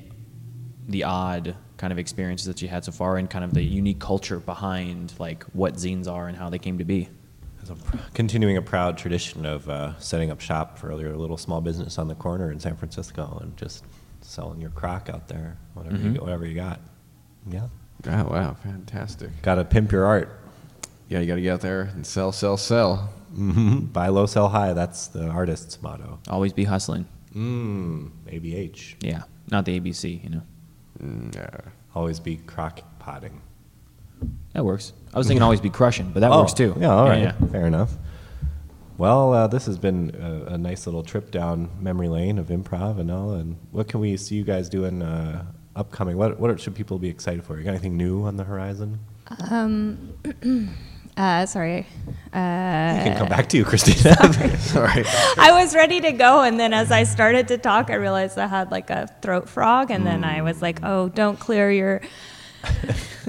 [SPEAKER 11] the odd kind of experiences that she had so far, and kind of the unique culture behind like what zines are and how they came to be.
[SPEAKER 2] Continuing a proud tradition of uh, setting up shop for your little small business on the corner in San Francisco and just selling your crock out there, whatever, you
[SPEAKER 11] Mm-hmm.
[SPEAKER 1] Mhm.
[SPEAKER 2] got, whatever you got. Yeah.
[SPEAKER 1] Oh, wow. Fantastic.
[SPEAKER 2] Got to pimp your art. (laughs)
[SPEAKER 1] Yeah, you got to get out there and sell, sell, sell.
[SPEAKER 2] Mm-hmm. Buy low, sell high. That's the artist's motto.
[SPEAKER 11] Always be hustling.
[SPEAKER 2] Mm, ABH.
[SPEAKER 11] Yeah, not the ABC, you know.
[SPEAKER 2] Always be crock potting.
[SPEAKER 11] That works.
[SPEAKER 2] (laughs)
[SPEAKER 11] I was thinking always be crushing, but that works too.
[SPEAKER 2] Oh, Yeah, all right.
[SPEAKER 11] yeah.
[SPEAKER 2] Fair enough. Well, uh, this has been a, a nice little trip down memory lane of improv and all. And what can we see you guys doing uh, upcoming? What, what should people be excited for? You got anything new on the horizon?
[SPEAKER 4] Um, uh, sorry. Uh,
[SPEAKER 2] I can come back to you, Christina. Sorry.
[SPEAKER 4] I was ready to go, and then as I started to talk, I realized I had like a throat frog, and then I was like, "Oh, don't clear
[SPEAKER 11] (laughs)
[SPEAKER 4] your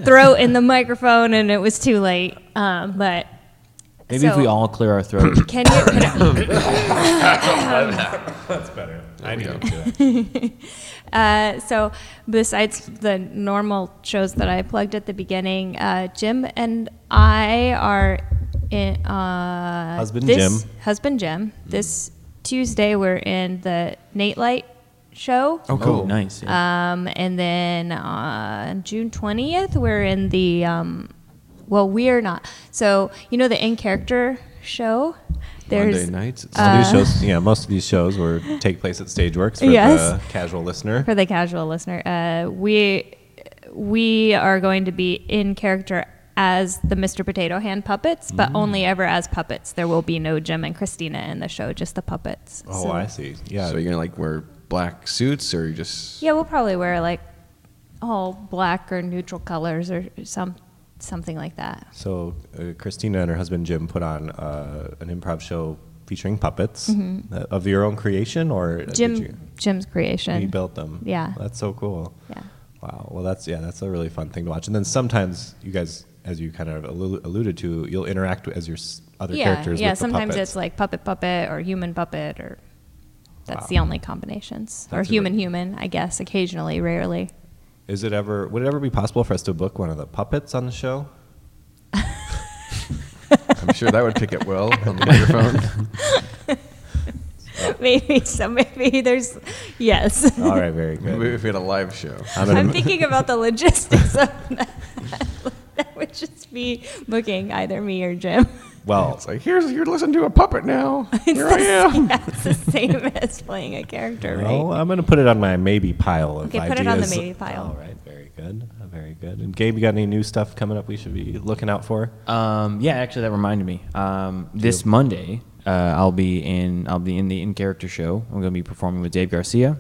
[SPEAKER 4] throat in the microphone," and it was too late. Um, but
[SPEAKER 11] Maybe if
[SPEAKER 4] so-
[SPEAKER 11] we all clear our throats.
[SPEAKER 4] Can you? (coughs) Can
[SPEAKER 2] That's better. I need to do that.
[SPEAKER 4] (laughs) uh, so, besides the normal shows that I plugged at the beginning, uh, Jim and I are in. Uh,
[SPEAKER 2] Husband
[SPEAKER 4] this-
[SPEAKER 2] Jim. Mm-hmm.
[SPEAKER 4] Husband Jim. This Tuesday, we're in the Nate Light show.
[SPEAKER 11] Oh, cool. Oh, nice,
[SPEAKER 4] Um, and then on June 20th, we're in the, um, well, we are not. So, you know, the in character show?
[SPEAKER 2] (laughs) All these
[SPEAKER 4] uh,
[SPEAKER 2] shows, yeah, most of these shows were take place at Stageworks for
[SPEAKER 4] Yes.
[SPEAKER 2] the casual listener.
[SPEAKER 4] For the casual listener, uh, we we are going to be in character as the Mr. Potato Hand puppets, but
[SPEAKER 2] Mm.
[SPEAKER 4] only ever as puppets. There will be no Jim and Christina in the show, just the puppets.
[SPEAKER 1] Oh,
[SPEAKER 4] So-
[SPEAKER 1] I see. Yeah. So you're gonna like wear black suits, or you just
[SPEAKER 4] Yeah, we'll probably wear like all black or neutral colors or some something like that.
[SPEAKER 2] So uh, Christina and her husband Jim put on uh, an improv show featuring puppets
[SPEAKER 4] Mhm.
[SPEAKER 2] uh, of your own creation, or did you-
[SPEAKER 4] Jim Jim's creation.
[SPEAKER 2] You built them.
[SPEAKER 4] Yeah.
[SPEAKER 2] That's so cool.
[SPEAKER 4] Yeah.
[SPEAKER 2] Wow. Well, that's yeah, that's a really fun thing to watch. And then sometimes you guys, as you kind of allu- alluded to, you'll interact with- as your s- other
[SPEAKER 4] yeah,
[SPEAKER 2] characters.
[SPEAKER 4] yeah.
[SPEAKER 2] with the
[SPEAKER 4] sometimes
[SPEAKER 2] puppets.
[SPEAKER 4] it's like puppet puppet or human puppet or that's
[SPEAKER 2] Wow.
[SPEAKER 4] the only combinations
[SPEAKER 2] That's
[SPEAKER 4] or human human. I guess occasionally, rarely.
[SPEAKER 2] Is it ever? Would it ever be possible for us to book one of the puppets on the
[SPEAKER 4] (laughs)
[SPEAKER 2] show?
[SPEAKER 1] I'm sure that would pick up well on the microphone.
[SPEAKER 4] (laughs) maybe so. Maybe there's yes.
[SPEAKER 2] All right, very good.
[SPEAKER 1] Maybe if we had a live show.
[SPEAKER 4] I'm
[SPEAKER 11] (laughs)
[SPEAKER 4] thinking about the logistics of that. That would just be booking either me or Jim. (laughs)
[SPEAKER 2] Well,
[SPEAKER 1] it's like here's you're listening to a puppet now. Here I am.
[SPEAKER 4] That's the same (laughs) as playing a character, right?
[SPEAKER 2] Well, Oh, I'm going to put it on my maybe pile of
[SPEAKER 4] Okay,
[SPEAKER 2] ideas.
[SPEAKER 4] put it on the maybe pile.
[SPEAKER 2] All right, very good, uh, very good. And Gabe, you got any new stuff coming up? We should be looking out for.
[SPEAKER 11] Um, yeah, actually, that reminded me. Um, this Monday, uh, I'll be in. I'll be in the in character show. I'm going to be performing with Dave Garcia.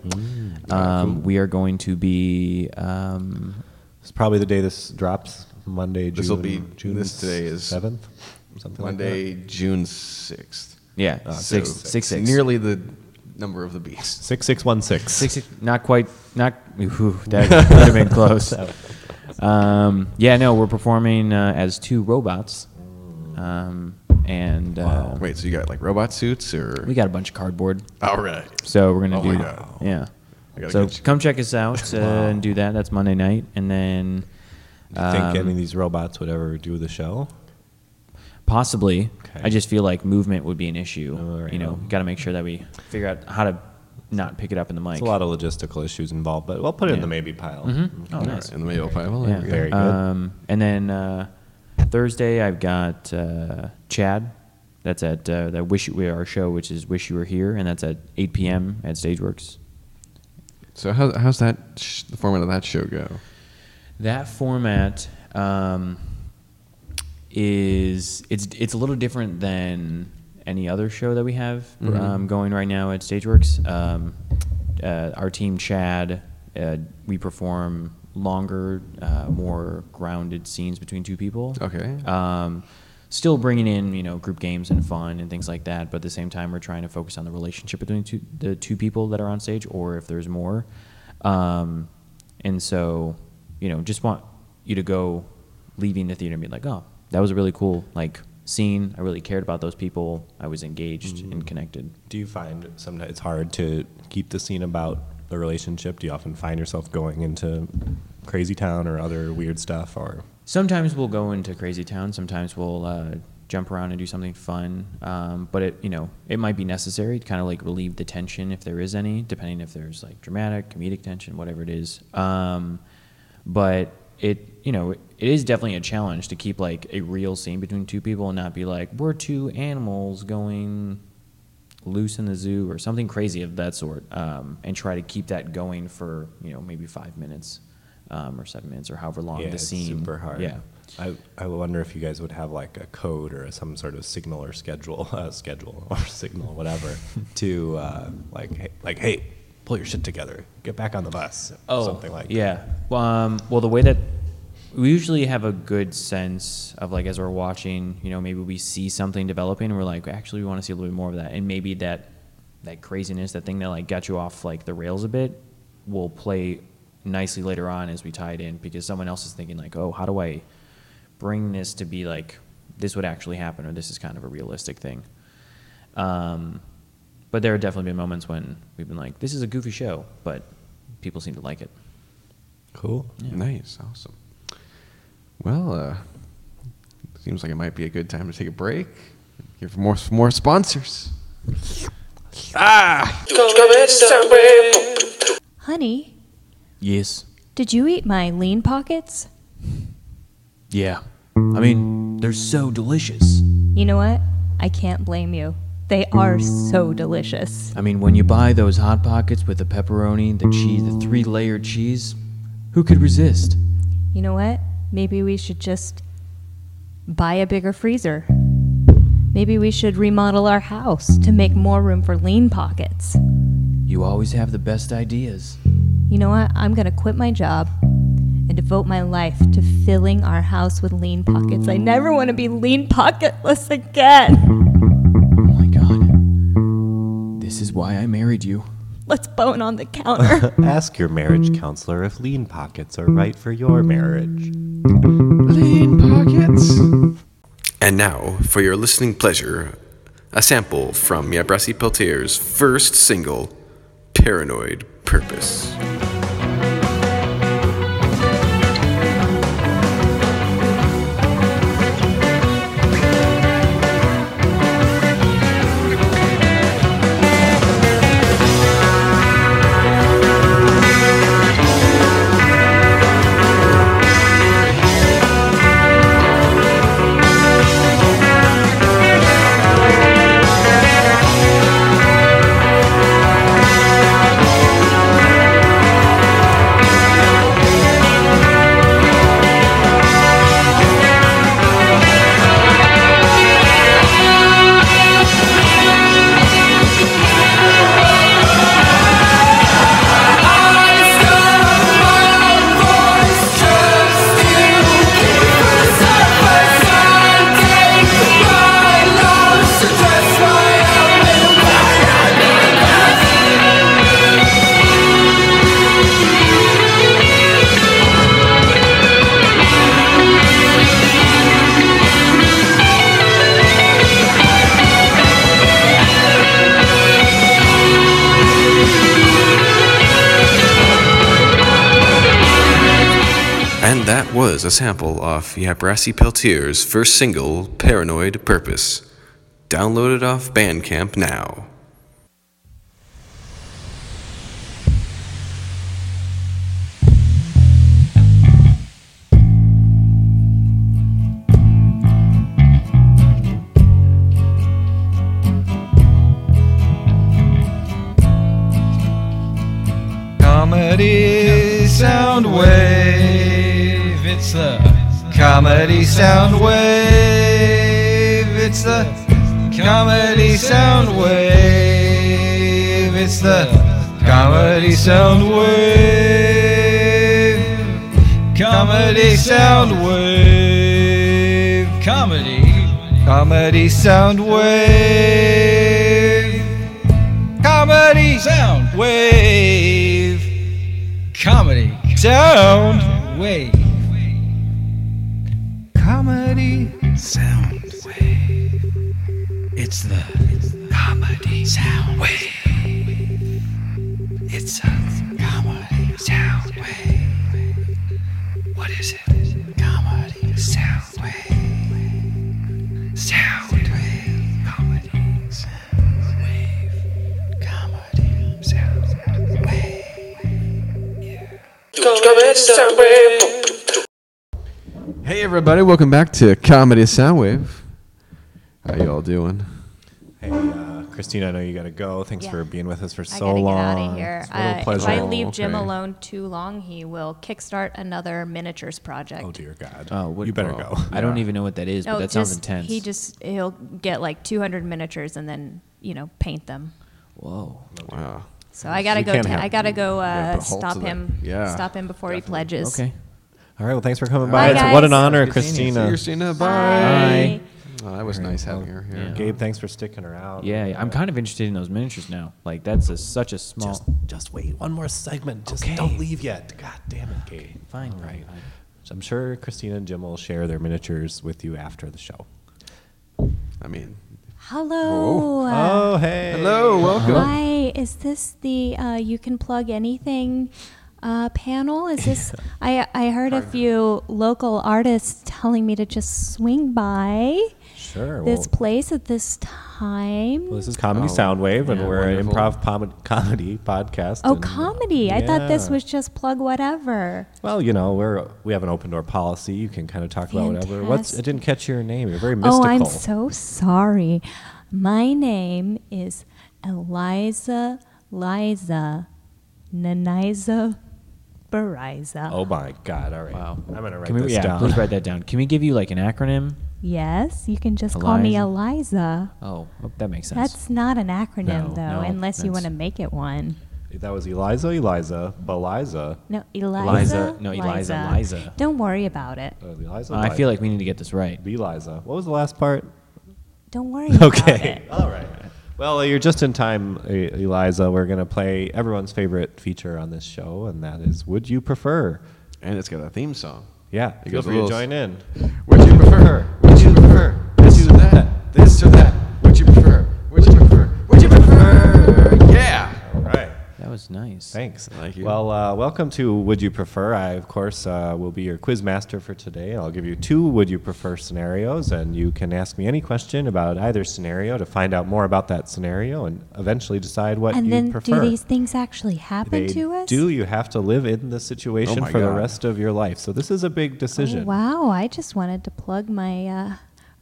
[SPEAKER 11] um, We are going to be. Um,
[SPEAKER 2] it's probably the day this drops. Monday,
[SPEAKER 1] This will
[SPEAKER 2] June-
[SPEAKER 1] be
[SPEAKER 2] June
[SPEAKER 1] This today is
[SPEAKER 2] seventh, something like
[SPEAKER 1] Monday, June sixth.
[SPEAKER 11] Yeah, Uh, six- six- six.
[SPEAKER 1] Nearly the number of the beast.
[SPEAKER 2] Six six one six.
[SPEAKER 11] Six, six not quite. Not ooh, (laughs) that would have been close. Um, yeah, no, we're performing uh, as two robots. Um, and uh,
[SPEAKER 1] wait, so you got like robot suits or
[SPEAKER 11] we got a bunch of cardboard.
[SPEAKER 1] All right.
[SPEAKER 11] So we're gonna
[SPEAKER 1] Oh
[SPEAKER 11] do.
[SPEAKER 1] my God.
[SPEAKER 11] Yeah.
[SPEAKER 1] I gotta
[SPEAKER 11] So
[SPEAKER 1] catch-
[SPEAKER 11] come check us out uh, and do that. That's Monday night, and then.
[SPEAKER 2] Do you think any
[SPEAKER 11] um,
[SPEAKER 2] of these robots would ever do the show?
[SPEAKER 11] Possibly.
[SPEAKER 2] Okay.
[SPEAKER 11] I just feel like movement would be an issue.
[SPEAKER 2] right.
[SPEAKER 11] You know, got to make sure that we figure out how to not pick it up in the mic.
[SPEAKER 2] It's a lot of logistical issues involved, but we'll put it in
[SPEAKER 11] Yeah.
[SPEAKER 2] the maybe pile. Mm-hmm.
[SPEAKER 11] Mhm.
[SPEAKER 4] Mm-hmm.
[SPEAKER 11] Oh,
[SPEAKER 2] All
[SPEAKER 11] nice.
[SPEAKER 2] right.
[SPEAKER 1] In the maybe pile.
[SPEAKER 11] Yeah.
[SPEAKER 2] Very good.
[SPEAKER 11] Um, and then uh, Thursday, I've got uh, Chad. That's at uh, that wish we our show, which is wish you were here, and that's at 8 p.m. at Stageworks.
[SPEAKER 1] So how, how's that sh- the format of that show go?
[SPEAKER 11] That format um, is it's it's a little different than any other show that we have
[SPEAKER 5] Mhm.
[SPEAKER 11] um, going right now at Stageworks. Um, uh, our team, Chad, uh, we perform longer, uh, more grounded scenes between two people.
[SPEAKER 1] Okay.
[SPEAKER 11] Um, still bringing in you know group games and fun and things like that, but at the same time we're trying to focus on the relationship between two, the two people that are on stage, or if there's more. Um, and so, you know, just want you to go leaving the theater and be like, oh, that was a really cool like scene. I really cared about those people. I was engaged and connected.
[SPEAKER 2] Do you find sometimes it's hard to keep the scene about the relationship? Do you often find yourself going into crazy town or other weird stuff? Or
[SPEAKER 11] Sometimes we'll go into crazy town. Sometimes we'll uh, jump around and do something fun. Um, but it, you know, it might be necessary to kind of like relieve the tension if there is any, depending if there's like dramatic, comedic tension, whatever it is. Um, but it, you know, it is definitely a challenge to keep like a real scene between two people and not be like we're two animals going loose in the zoo or something crazy of that sort, um, and try to keep that going for you know maybe five minutes. Um, or seven minutes, or however long the
[SPEAKER 2] it's
[SPEAKER 11] scene.
[SPEAKER 2] super hard.
[SPEAKER 11] Yeah,
[SPEAKER 2] I, I wonder if you guys would have like a code or some sort of signal or schedule, (laughs) uh, schedule or signal, whatever,
[SPEAKER 11] (laughs)
[SPEAKER 2] to uh, like hey, like hey, pull your shit together, get back on the bus,
[SPEAKER 11] Oh,
[SPEAKER 2] something like
[SPEAKER 11] yeah. Well, um, well, the way that we usually have a good sense of like as we're watching, you know, maybe we see something developing, and we're like, actually, we want to see a little bit more of that, and maybe that that craziness, that thing that like got you off like the rails a bit, will play nicely later on as we tie it in because someone else is thinking like, oh, how do I bring this to be like this would actually happen or this is kind of a realistic thing. Um, but there have definitely been moments when we've been like, this is a goofy show, but people seem to like it.
[SPEAKER 2] Cool.
[SPEAKER 1] Nice. Awesome. Well, uh, seems like it might be a good time to take a break. Here for more more sponsors.
[SPEAKER 3] Comer sangre.
[SPEAKER 4] Honey,
[SPEAKER 11] Yes.
[SPEAKER 4] did you eat my lean pockets?
[SPEAKER 11] Yeah. I mean, they're so delicious.
[SPEAKER 4] You know what? I can't blame you. They are so delicious.
[SPEAKER 11] I mean, when you buy those hot pockets with the pepperoni, the cheese, the three-layered cheese, who could resist?
[SPEAKER 4] You know what? Maybe we should just buy a bigger freezer. Maybe we should remodel our house to make more room for lean pockets.
[SPEAKER 11] You always have the best ideas.
[SPEAKER 4] You know what? I'm going to quit my job and devote my life to filling our house with lean pockets. I never want to be lean pocketless again.
[SPEAKER 11] Oh This is why I married you.
[SPEAKER 4] Let's bone on the counter.
[SPEAKER 2] (laughs) Ask your marriage counselor if lean pockets are right for your marriage.
[SPEAKER 1] Lean pockets.
[SPEAKER 6] And now, for your listening pleasure, a sample from Yabrasi Peltier's first single, Paranoid Purpose. And that was a sample off Yabrasi Peltier's first single, Paranoid Purpose. Download it off Bandcamp now.
[SPEAKER 13] Comedy sound wave. It's the comedy sound wave. It's the comedy sound wave. It's the comedy sound wave. Comedy sound wave. Comedy. Comedy sound wave. Comedy sound wave. Comedy sound wave. Comedy sound wave. It's the comedy sound wave. It's a comedy sound wave. What is it? Comedy sound wave. Sound wave. Comedy sound wave. Comedy sound wave.
[SPEAKER 3] Comedy sound wave.
[SPEAKER 1] Hey, everybody, welcome back to Comedy Soundwave. How you all doing?
[SPEAKER 2] Hey, uh, Christina, I know you got to go. Thanks for being with us for so
[SPEAKER 4] gotta
[SPEAKER 2] long.
[SPEAKER 4] get out of here.
[SPEAKER 2] It's a real
[SPEAKER 4] Uh,
[SPEAKER 2] pleasure.
[SPEAKER 4] If I leave Jim alone too long, he will kickstart another miniatures project. Oh
[SPEAKER 2] dear God!
[SPEAKER 11] Oh, what,
[SPEAKER 2] You better
[SPEAKER 11] well,
[SPEAKER 2] go.
[SPEAKER 11] I don't even know what that is, but that sounds intense.
[SPEAKER 4] He just he'll get like 200 miniatures and then you know paint them.
[SPEAKER 11] Whoa!
[SPEAKER 1] Wow.
[SPEAKER 4] So I gotta
[SPEAKER 2] You
[SPEAKER 4] go.
[SPEAKER 2] can't
[SPEAKER 4] t-
[SPEAKER 2] have-
[SPEAKER 4] I gotta go.
[SPEAKER 2] you gotta
[SPEAKER 4] Uh,
[SPEAKER 2] put a halt
[SPEAKER 4] stop
[SPEAKER 2] to that.
[SPEAKER 4] him.
[SPEAKER 2] Yeah.
[SPEAKER 4] Stop him before he pledges.
[SPEAKER 2] Okay.
[SPEAKER 11] e-
[SPEAKER 2] All right. Well, thanks for coming
[SPEAKER 4] Bye,
[SPEAKER 2] by. It's- what an
[SPEAKER 4] guys.
[SPEAKER 2] honor,
[SPEAKER 1] Good seeing you. See
[SPEAKER 2] Christina.
[SPEAKER 1] you, Christina. Bye.
[SPEAKER 2] Bye.
[SPEAKER 1] Oh, that was nice having her here.
[SPEAKER 2] Gabe, thanks for sticking around.
[SPEAKER 11] Yeah, I'm kind of interested in those miniatures now. Like that's a, such a small.
[SPEAKER 2] Just, just wait one more segment. Just don't leave yet. God damn it, Gabe.
[SPEAKER 11] fine,
[SPEAKER 2] All right. So I'm sure Christina and Jim will share their miniatures with you after the show.
[SPEAKER 1] I mean,
[SPEAKER 4] Hello. Uh,
[SPEAKER 2] Oh, hey.
[SPEAKER 1] Hello, welcome.
[SPEAKER 4] Hi. Is this the uh, you can plug anything
[SPEAKER 12] uh, panel. Is
[SPEAKER 2] (laughs)
[SPEAKER 12] this? I I heard a few local artists telling me to just swing by
[SPEAKER 2] Sure.
[SPEAKER 12] this
[SPEAKER 2] well-
[SPEAKER 12] place at this time.
[SPEAKER 2] Well, this is Comedy
[SPEAKER 11] Oh,
[SPEAKER 2] Soundwave, and
[SPEAKER 11] yeah,
[SPEAKER 2] we're
[SPEAKER 11] wonderful.
[SPEAKER 2] an improv pom- comedy podcast.
[SPEAKER 12] Oh,
[SPEAKER 2] and-
[SPEAKER 12] comedy! I thought this
[SPEAKER 2] Yeah.
[SPEAKER 12] was just plug whatever.
[SPEAKER 2] Well, you know, we're we have an open door policy. You can kind of talk about whatever. What's I didn't catch your name. You're very mystical.
[SPEAKER 12] Oh, I'm so sorry. My name is Eliza Liza Naniza Bariza.
[SPEAKER 2] Oh my God! All right. Wow. I'm gonna write
[SPEAKER 11] Can we-
[SPEAKER 2] this
[SPEAKER 11] yeah,
[SPEAKER 2] down.
[SPEAKER 11] please write that down. Can we give you like an acronym?
[SPEAKER 12] Yes, you can just call me Eliza.
[SPEAKER 11] Oh, oh, that makes sense.
[SPEAKER 12] That's not an acronym,
[SPEAKER 2] No,
[SPEAKER 12] though,
[SPEAKER 2] no,
[SPEAKER 12] unless you
[SPEAKER 2] that's-
[SPEAKER 12] want to make it one.
[SPEAKER 2] That was Eliza, Eliza, Beliza.
[SPEAKER 12] No, Eliza.
[SPEAKER 11] No, Eliza, Liza.
[SPEAKER 12] Don't worry about it.
[SPEAKER 2] Uh, Eliza.
[SPEAKER 11] I feel like we need to get this right.
[SPEAKER 2] Beliza. What was the last part?
[SPEAKER 12] Don't worry about
[SPEAKER 2] (laughs) Okay.
[SPEAKER 12] it.
[SPEAKER 2] All right. Well, you're just in time, E- Eliza. We're going to play everyone's favorite feature on this show, and that is Would You Prefer?
[SPEAKER 1] And it's got a theme song.
[SPEAKER 2] Yeah.
[SPEAKER 1] It
[SPEAKER 2] feel
[SPEAKER 1] goes a
[SPEAKER 2] free to
[SPEAKER 1] little-
[SPEAKER 2] join in.
[SPEAKER 1] Would you prefer? Would you prefer this or that? This or that? Would you prefer? Would you prefer? Would you prefer? Yeah.
[SPEAKER 2] All right.
[SPEAKER 11] That was nice.
[SPEAKER 2] Thanks.
[SPEAKER 1] Thank you.
[SPEAKER 2] Well, uh, welcome to Would You Prefer. I, of course, uh, will be your quiz master for today. I'll give you two Would You Prefer scenarios, and you can ask me any question about either scenario to find out more about that scenario and eventually decide what
[SPEAKER 12] and
[SPEAKER 2] you
[SPEAKER 12] then,
[SPEAKER 2] prefer.
[SPEAKER 12] do these things actually happen
[SPEAKER 2] They
[SPEAKER 12] to us?
[SPEAKER 2] do. You have to live in the situation
[SPEAKER 1] Oh my
[SPEAKER 2] for the
[SPEAKER 1] God.
[SPEAKER 2] rest of your life. So this is a big decision.
[SPEAKER 12] Oh, wow, I just wanted to plug my uh,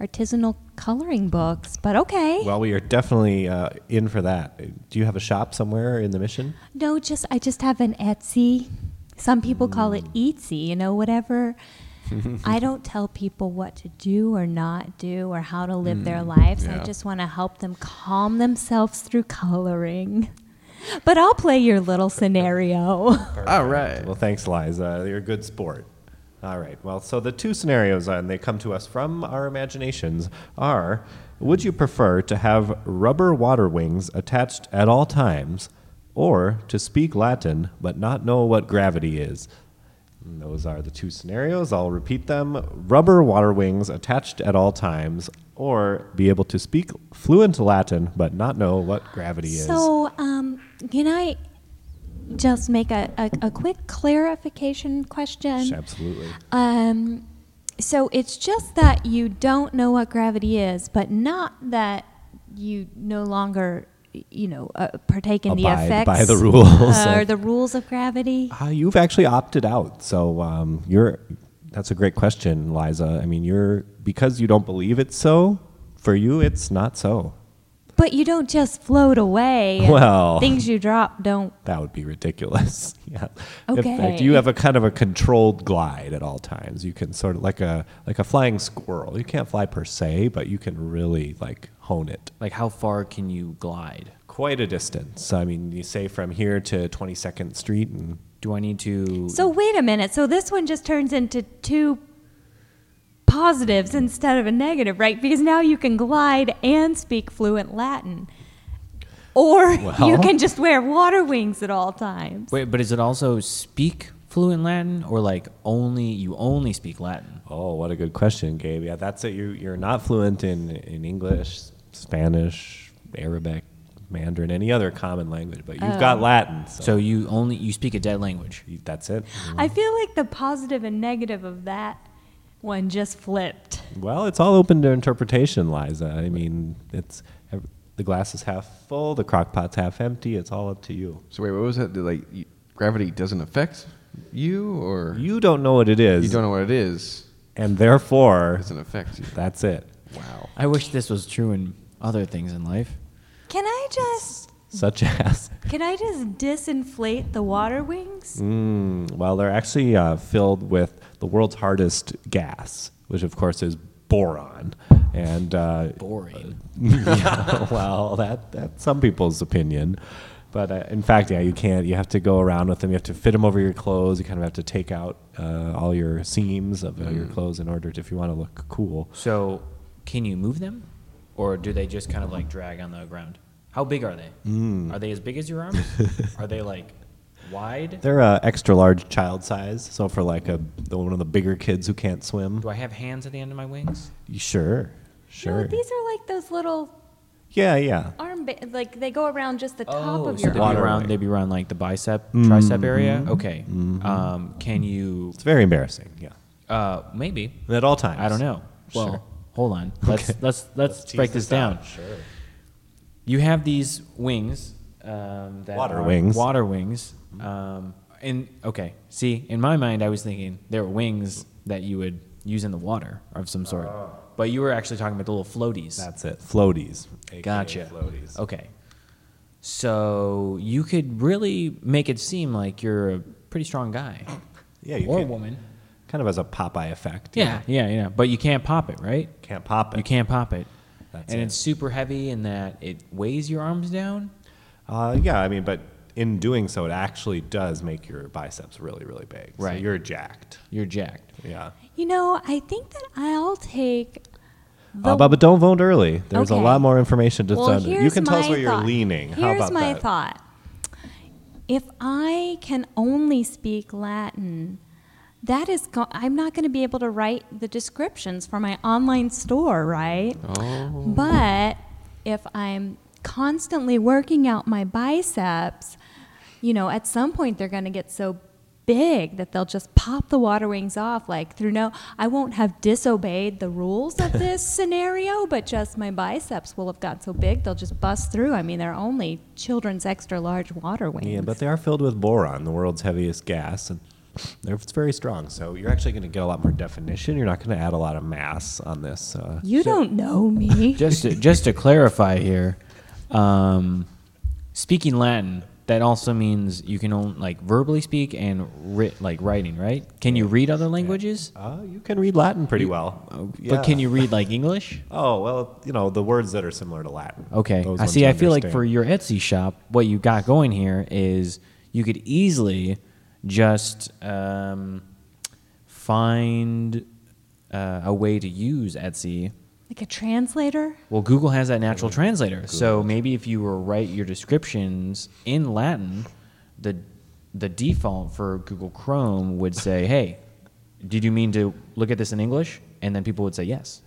[SPEAKER 12] artisanal coloring books, but okay.
[SPEAKER 2] Well, we are definitely uh, in for that. Do you have a shop somewhere in the mission?
[SPEAKER 12] no, just I just have an Etsy. Some people call it
[SPEAKER 2] Mm.
[SPEAKER 12] Etsy, you know,
[SPEAKER 2] (laughs)
[SPEAKER 12] whatever. I don't tell people what to do or not do or how to live their
[SPEAKER 2] Mm,
[SPEAKER 12] lives. I
[SPEAKER 1] yeah.
[SPEAKER 12] just want to help them calm themselves through coloring. (laughs) But I'll play your little scenario.
[SPEAKER 4] (laughs)
[SPEAKER 1] All right.
[SPEAKER 2] Well, thanks, Liza. You're a good sport. All right. Well, so the two scenarios, uh, and they come to us from our imaginations, are would you prefer to have rubber water wings attached at all times, or to speak Latin but not know what gravity is? And those are the two scenarios. I'll repeat them rubber water wings attached at all times, or be able to speak fluent Latin but not know what gravity is.
[SPEAKER 12] So, um, can I just make a, a, a quick clarification question?
[SPEAKER 2] Absolutely.
[SPEAKER 12] Um, so it's just that you don't know what gravity is, but not that you no longer, you know, uh, partake in
[SPEAKER 2] Abide
[SPEAKER 12] the effects
[SPEAKER 2] by the rules
[SPEAKER 12] uh, (laughs) or
[SPEAKER 2] of-
[SPEAKER 12] the rules of gravity.
[SPEAKER 2] Uh, you've actually opted out, so um, you're. That's a great question, Liza. I mean, you're because you don't believe it's so. For you, it's not so.
[SPEAKER 12] But you don't just float away. and
[SPEAKER 2] Well.
[SPEAKER 12] things you drop don't.
[SPEAKER 2] That would be ridiculous. (laughs) yeah. In fact,
[SPEAKER 12] Okay.
[SPEAKER 2] you have a kind of a controlled glide at all times. You can sort of like a like a flying squirrel. You can't fly per se, but you can really like hone it.
[SPEAKER 11] Like, how far can you glide?
[SPEAKER 2] Quite a distance. I mean, you say from here to 22nd Street, and
[SPEAKER 11] Do I need to?
[SPEAKER 12] So wait a minute. So this one just turns into two positives instead of a negative, right? Because now you can glide and speak fluent Latin.
[SPEAKER 4] (laughs)
[SPEAKER 12] Or you
[SPEAKER 11] Well.
[SPEAKER 12] can just wear water wings at all times.
[SPEAKER 11] Wait, but is it also speak fluent Latin, or like only you only speak Latin?
[SPEAKER 2] Oh, what a good question, Gabe. Yeah, that's it. You you're not fluent in in English, Spanish, Arabic, Mandarin, any other common language, but you've got
[SPEAKER 12] Oh.
[SPEAKER 2] Latin. So,
[SPEAKER 11] So you only you speak a dead language.
[SPEAKER 2] you- that's it.
[SPEAKER 12] I feel like the positive and negative of that one just flipped.
[SPEAKER 2] Well, it's all open to interpretation, Liza. I mean, it's ev- the glass is half full, the crock pot's half empty. It's all up to you.
[SPEAKER 1] So wait, what was that? Did, like y- gravity doesn't affect you, or
[SPEAKER 2] You don't know what it
[SPEAKER 1] you
[SPEAKER 2] is,
[SPEAKER 1] don't know what it is.
[SPEAKER 2] and therefore,
[SPEAKER 1] It doesn't affect you.
[SPEAKER 2] that's it.
[SPEAKER 1] Wow.
[SPEAKER 11] I wish this was true in other things in life.
[SPEAKER 12] Can I just
[SPEAKER 2] Such (laughs) as.
[SPEAKER 12] can I just disinflate the water wings?
[SPEAKER 2] Mm, well, they're actually uh, filled with the world's hardest gas, which of course is boron. And uh,
[SPEAKER 11] Boring.
[SPEAKER 2] yeah, (laughs) well, that that's some people's opinion. But uh, in fact, yeah, you can't. You have to go around with them. You have to fit them over your clothes. You kind of have to take out uh, all your seams of uh,
[SPEAKER 11] Mm.
[SPEAKER 2] your clothes in order to, if you want to look cool.
[SPEAKER 11] So can you move them, or do they just kind of like drag on the ground? How big are they?
[SPEAKER 1] Hmm.
[SPEAKER 11] Are they as big as your
[SPEAKER 1] (laughs)
[SPEAKER 11] arms? are they like wide?
[SPEAKER 2] They're uh, extra large child size, so for like a the, one of the bigger kids who can't swim.
[SPEAKER 11] Do I have hands at the end of my wings?
[SPEAKER 2] Sure, sure.
[SPEAKER 12] No, these are like those little
[SPEAKER 2] yeah, yeah.
[SPEAKER 12] arm
[SPEAKER 4] ba- like they go around just the top
[SPEAKER 11] Oh,
[SPEAKER 4] of
[SPEAKER 11] so
[SPEAKER 4] your
[SPEAKER 11] they'd be
[SPEAKER 4] arm.
[SPEAKER 11] around, they'd be around like the bicep,
[SPEAKER 2] Mhm.
[SPEAKER 11] tricep area. Okay.
[SPEAKER 2] Mhm.
[SPEAKER 11] Um, can you?
[SPEAKER 2] It's very embarrassing. Yeah.
[SPEAKER 11] Uh, maybe
[SPEAKER 2] At all times.
[SPEAKER 11] I don't know. Well,
[SPEAKER 2] Sure.
[SPEAKER 11] hold on. Let's
[SPEAKER 2] Okay.
[SPEAKER 11] let's let's,
[SPEAKER 2] Let's tease
[SPEAKER 11] break this
[SPEAKER 2] this out.
[SPEAKER 11] down.
[SPEAKER 2] Sure.
[SPEAKER 11] You have these wings. Um, that
[SPEAKER 2] Water
[SPEAKER 11] are
[SPEAKER 2] wings. Mm-hmm.
[SPEAKER 11] Water wings. Um, and okay, see, in my mind, I was thinking there were wings that you would use in the water of some sort,
[SPEAKER 2] Oh.
[SPEAKER 11] but you were actually talking about the little floaties.
[SPEAKER 2] That's it. Floaties. AKA
[SPEAKER 11] Gotcha. Oh,
[SPEAKER 2] floaties.
[SPEAKER 11] Okay. So you could really make it seem like you're a pretty strong guy.
[SPEAKER 2] Yeah, you
[SPEAKER 11] or
[SPEAKER 2] could-
[SPEAKER 11] woman.
[SPEAKER 2] Kind of as a Popeye effect.
[SPEAKER 11] Yeah, yeah, yeah. But you can't pop it, right?
[SPEAKER 2] Can't pop it.
[SPEAKER 11] You can't pop it.
[SPEAKER 2] That's
[SPEAKER 11] and
[SPEAKER 2] it.
[SPEAKER 11] it's super heavy in that it weighs your arms down.
[SPEAKER 2] Uh, yeah, I mean, but in doing so, it actually does make your biceps really, really big. So
[SPEAKER 11] Right.
[SPEAKER 2] you're jacked. (laughs)
[SPEAKER 11] You're jacked.
[SPEAKER 2] Yeah.
[SPEAKER 4] You know, Oh, I think that I'll take. The,
[SPEAKER 2] Uh, but don't vote early. There's a
[SPEAKER 4] Okay.
[SPEAKER 2] lot more information to
[SPEAKER 4] well,
[SPEAKER 2] send.
[SPEAKER 4] here's
[SPEAKER 2] You can tell us
[SPEAKER 4] my
[SPEAKER 2] where you're
[SPEAKER 4] thought.
[SPEAKER 2] leaning.
[SPEAKER 4] Here's
[SPEAKER 2] How about
[SPEAKER 4] my
[SPEAKER 2] that?
[SPEAKER 4] thought. If I can only speak Latin, that is, go- I'm not going to be able to write the descriptions for my online store, right?
[SPEAKER 1] Oh.
[SPEAKER 4] But if I'm constantly working out my biceps, you know, at some point they're going to get so big that they'll just pop the water wings off. Like through no, I won't have disobeyed the rules
[SPEAKER 2] (laughs)
[SPEAKER 4] of this scenario, but just my biceps will have got so big they'll just bust through. I mean, they're only children's extra large water wings.
[SPEAKER 2] Yeah, but they are filled with boron, the world's heaviest gas, and they're it's very strong. So you're actually going to get a lot more definition. You're not going to add a lot of mass on this. Uh,
[SPEAKER 4] you don't know me.
[SPEAKER 11] Just to, just to clarify here, um, speaking Latin that also means you can only like verbally speak and writ like writing, right? Can you read other languages?
[SPEAKER 2] Uh, you can read Latin pretty well. yeah.
[SPEAKER 11] Oh, But can you read like English?
[SPEAKER 2] Oh well, you know the words that are similar to Latin.
[SPEAKER 11] Okay.
[SPEAKER 2] Those
[SPEAKER 11] I
[SPEAKER 2] ones
[SPEAKER 11] see. I feel like
[SPEAKER 2] understand.
[SPEAKER 11] for your Etsy shop, what you got going here is you could easily just um, find uh, a way to use Etsy.
[SPEAKER 4] Like a translator?
[SPEAKER 11] Well, Google has that natural translator. So maybe if you were write your descriptions in Latin, the the default for Google Chrome would say, "Hey, did you mean to look at this in English?" And then people would say yes.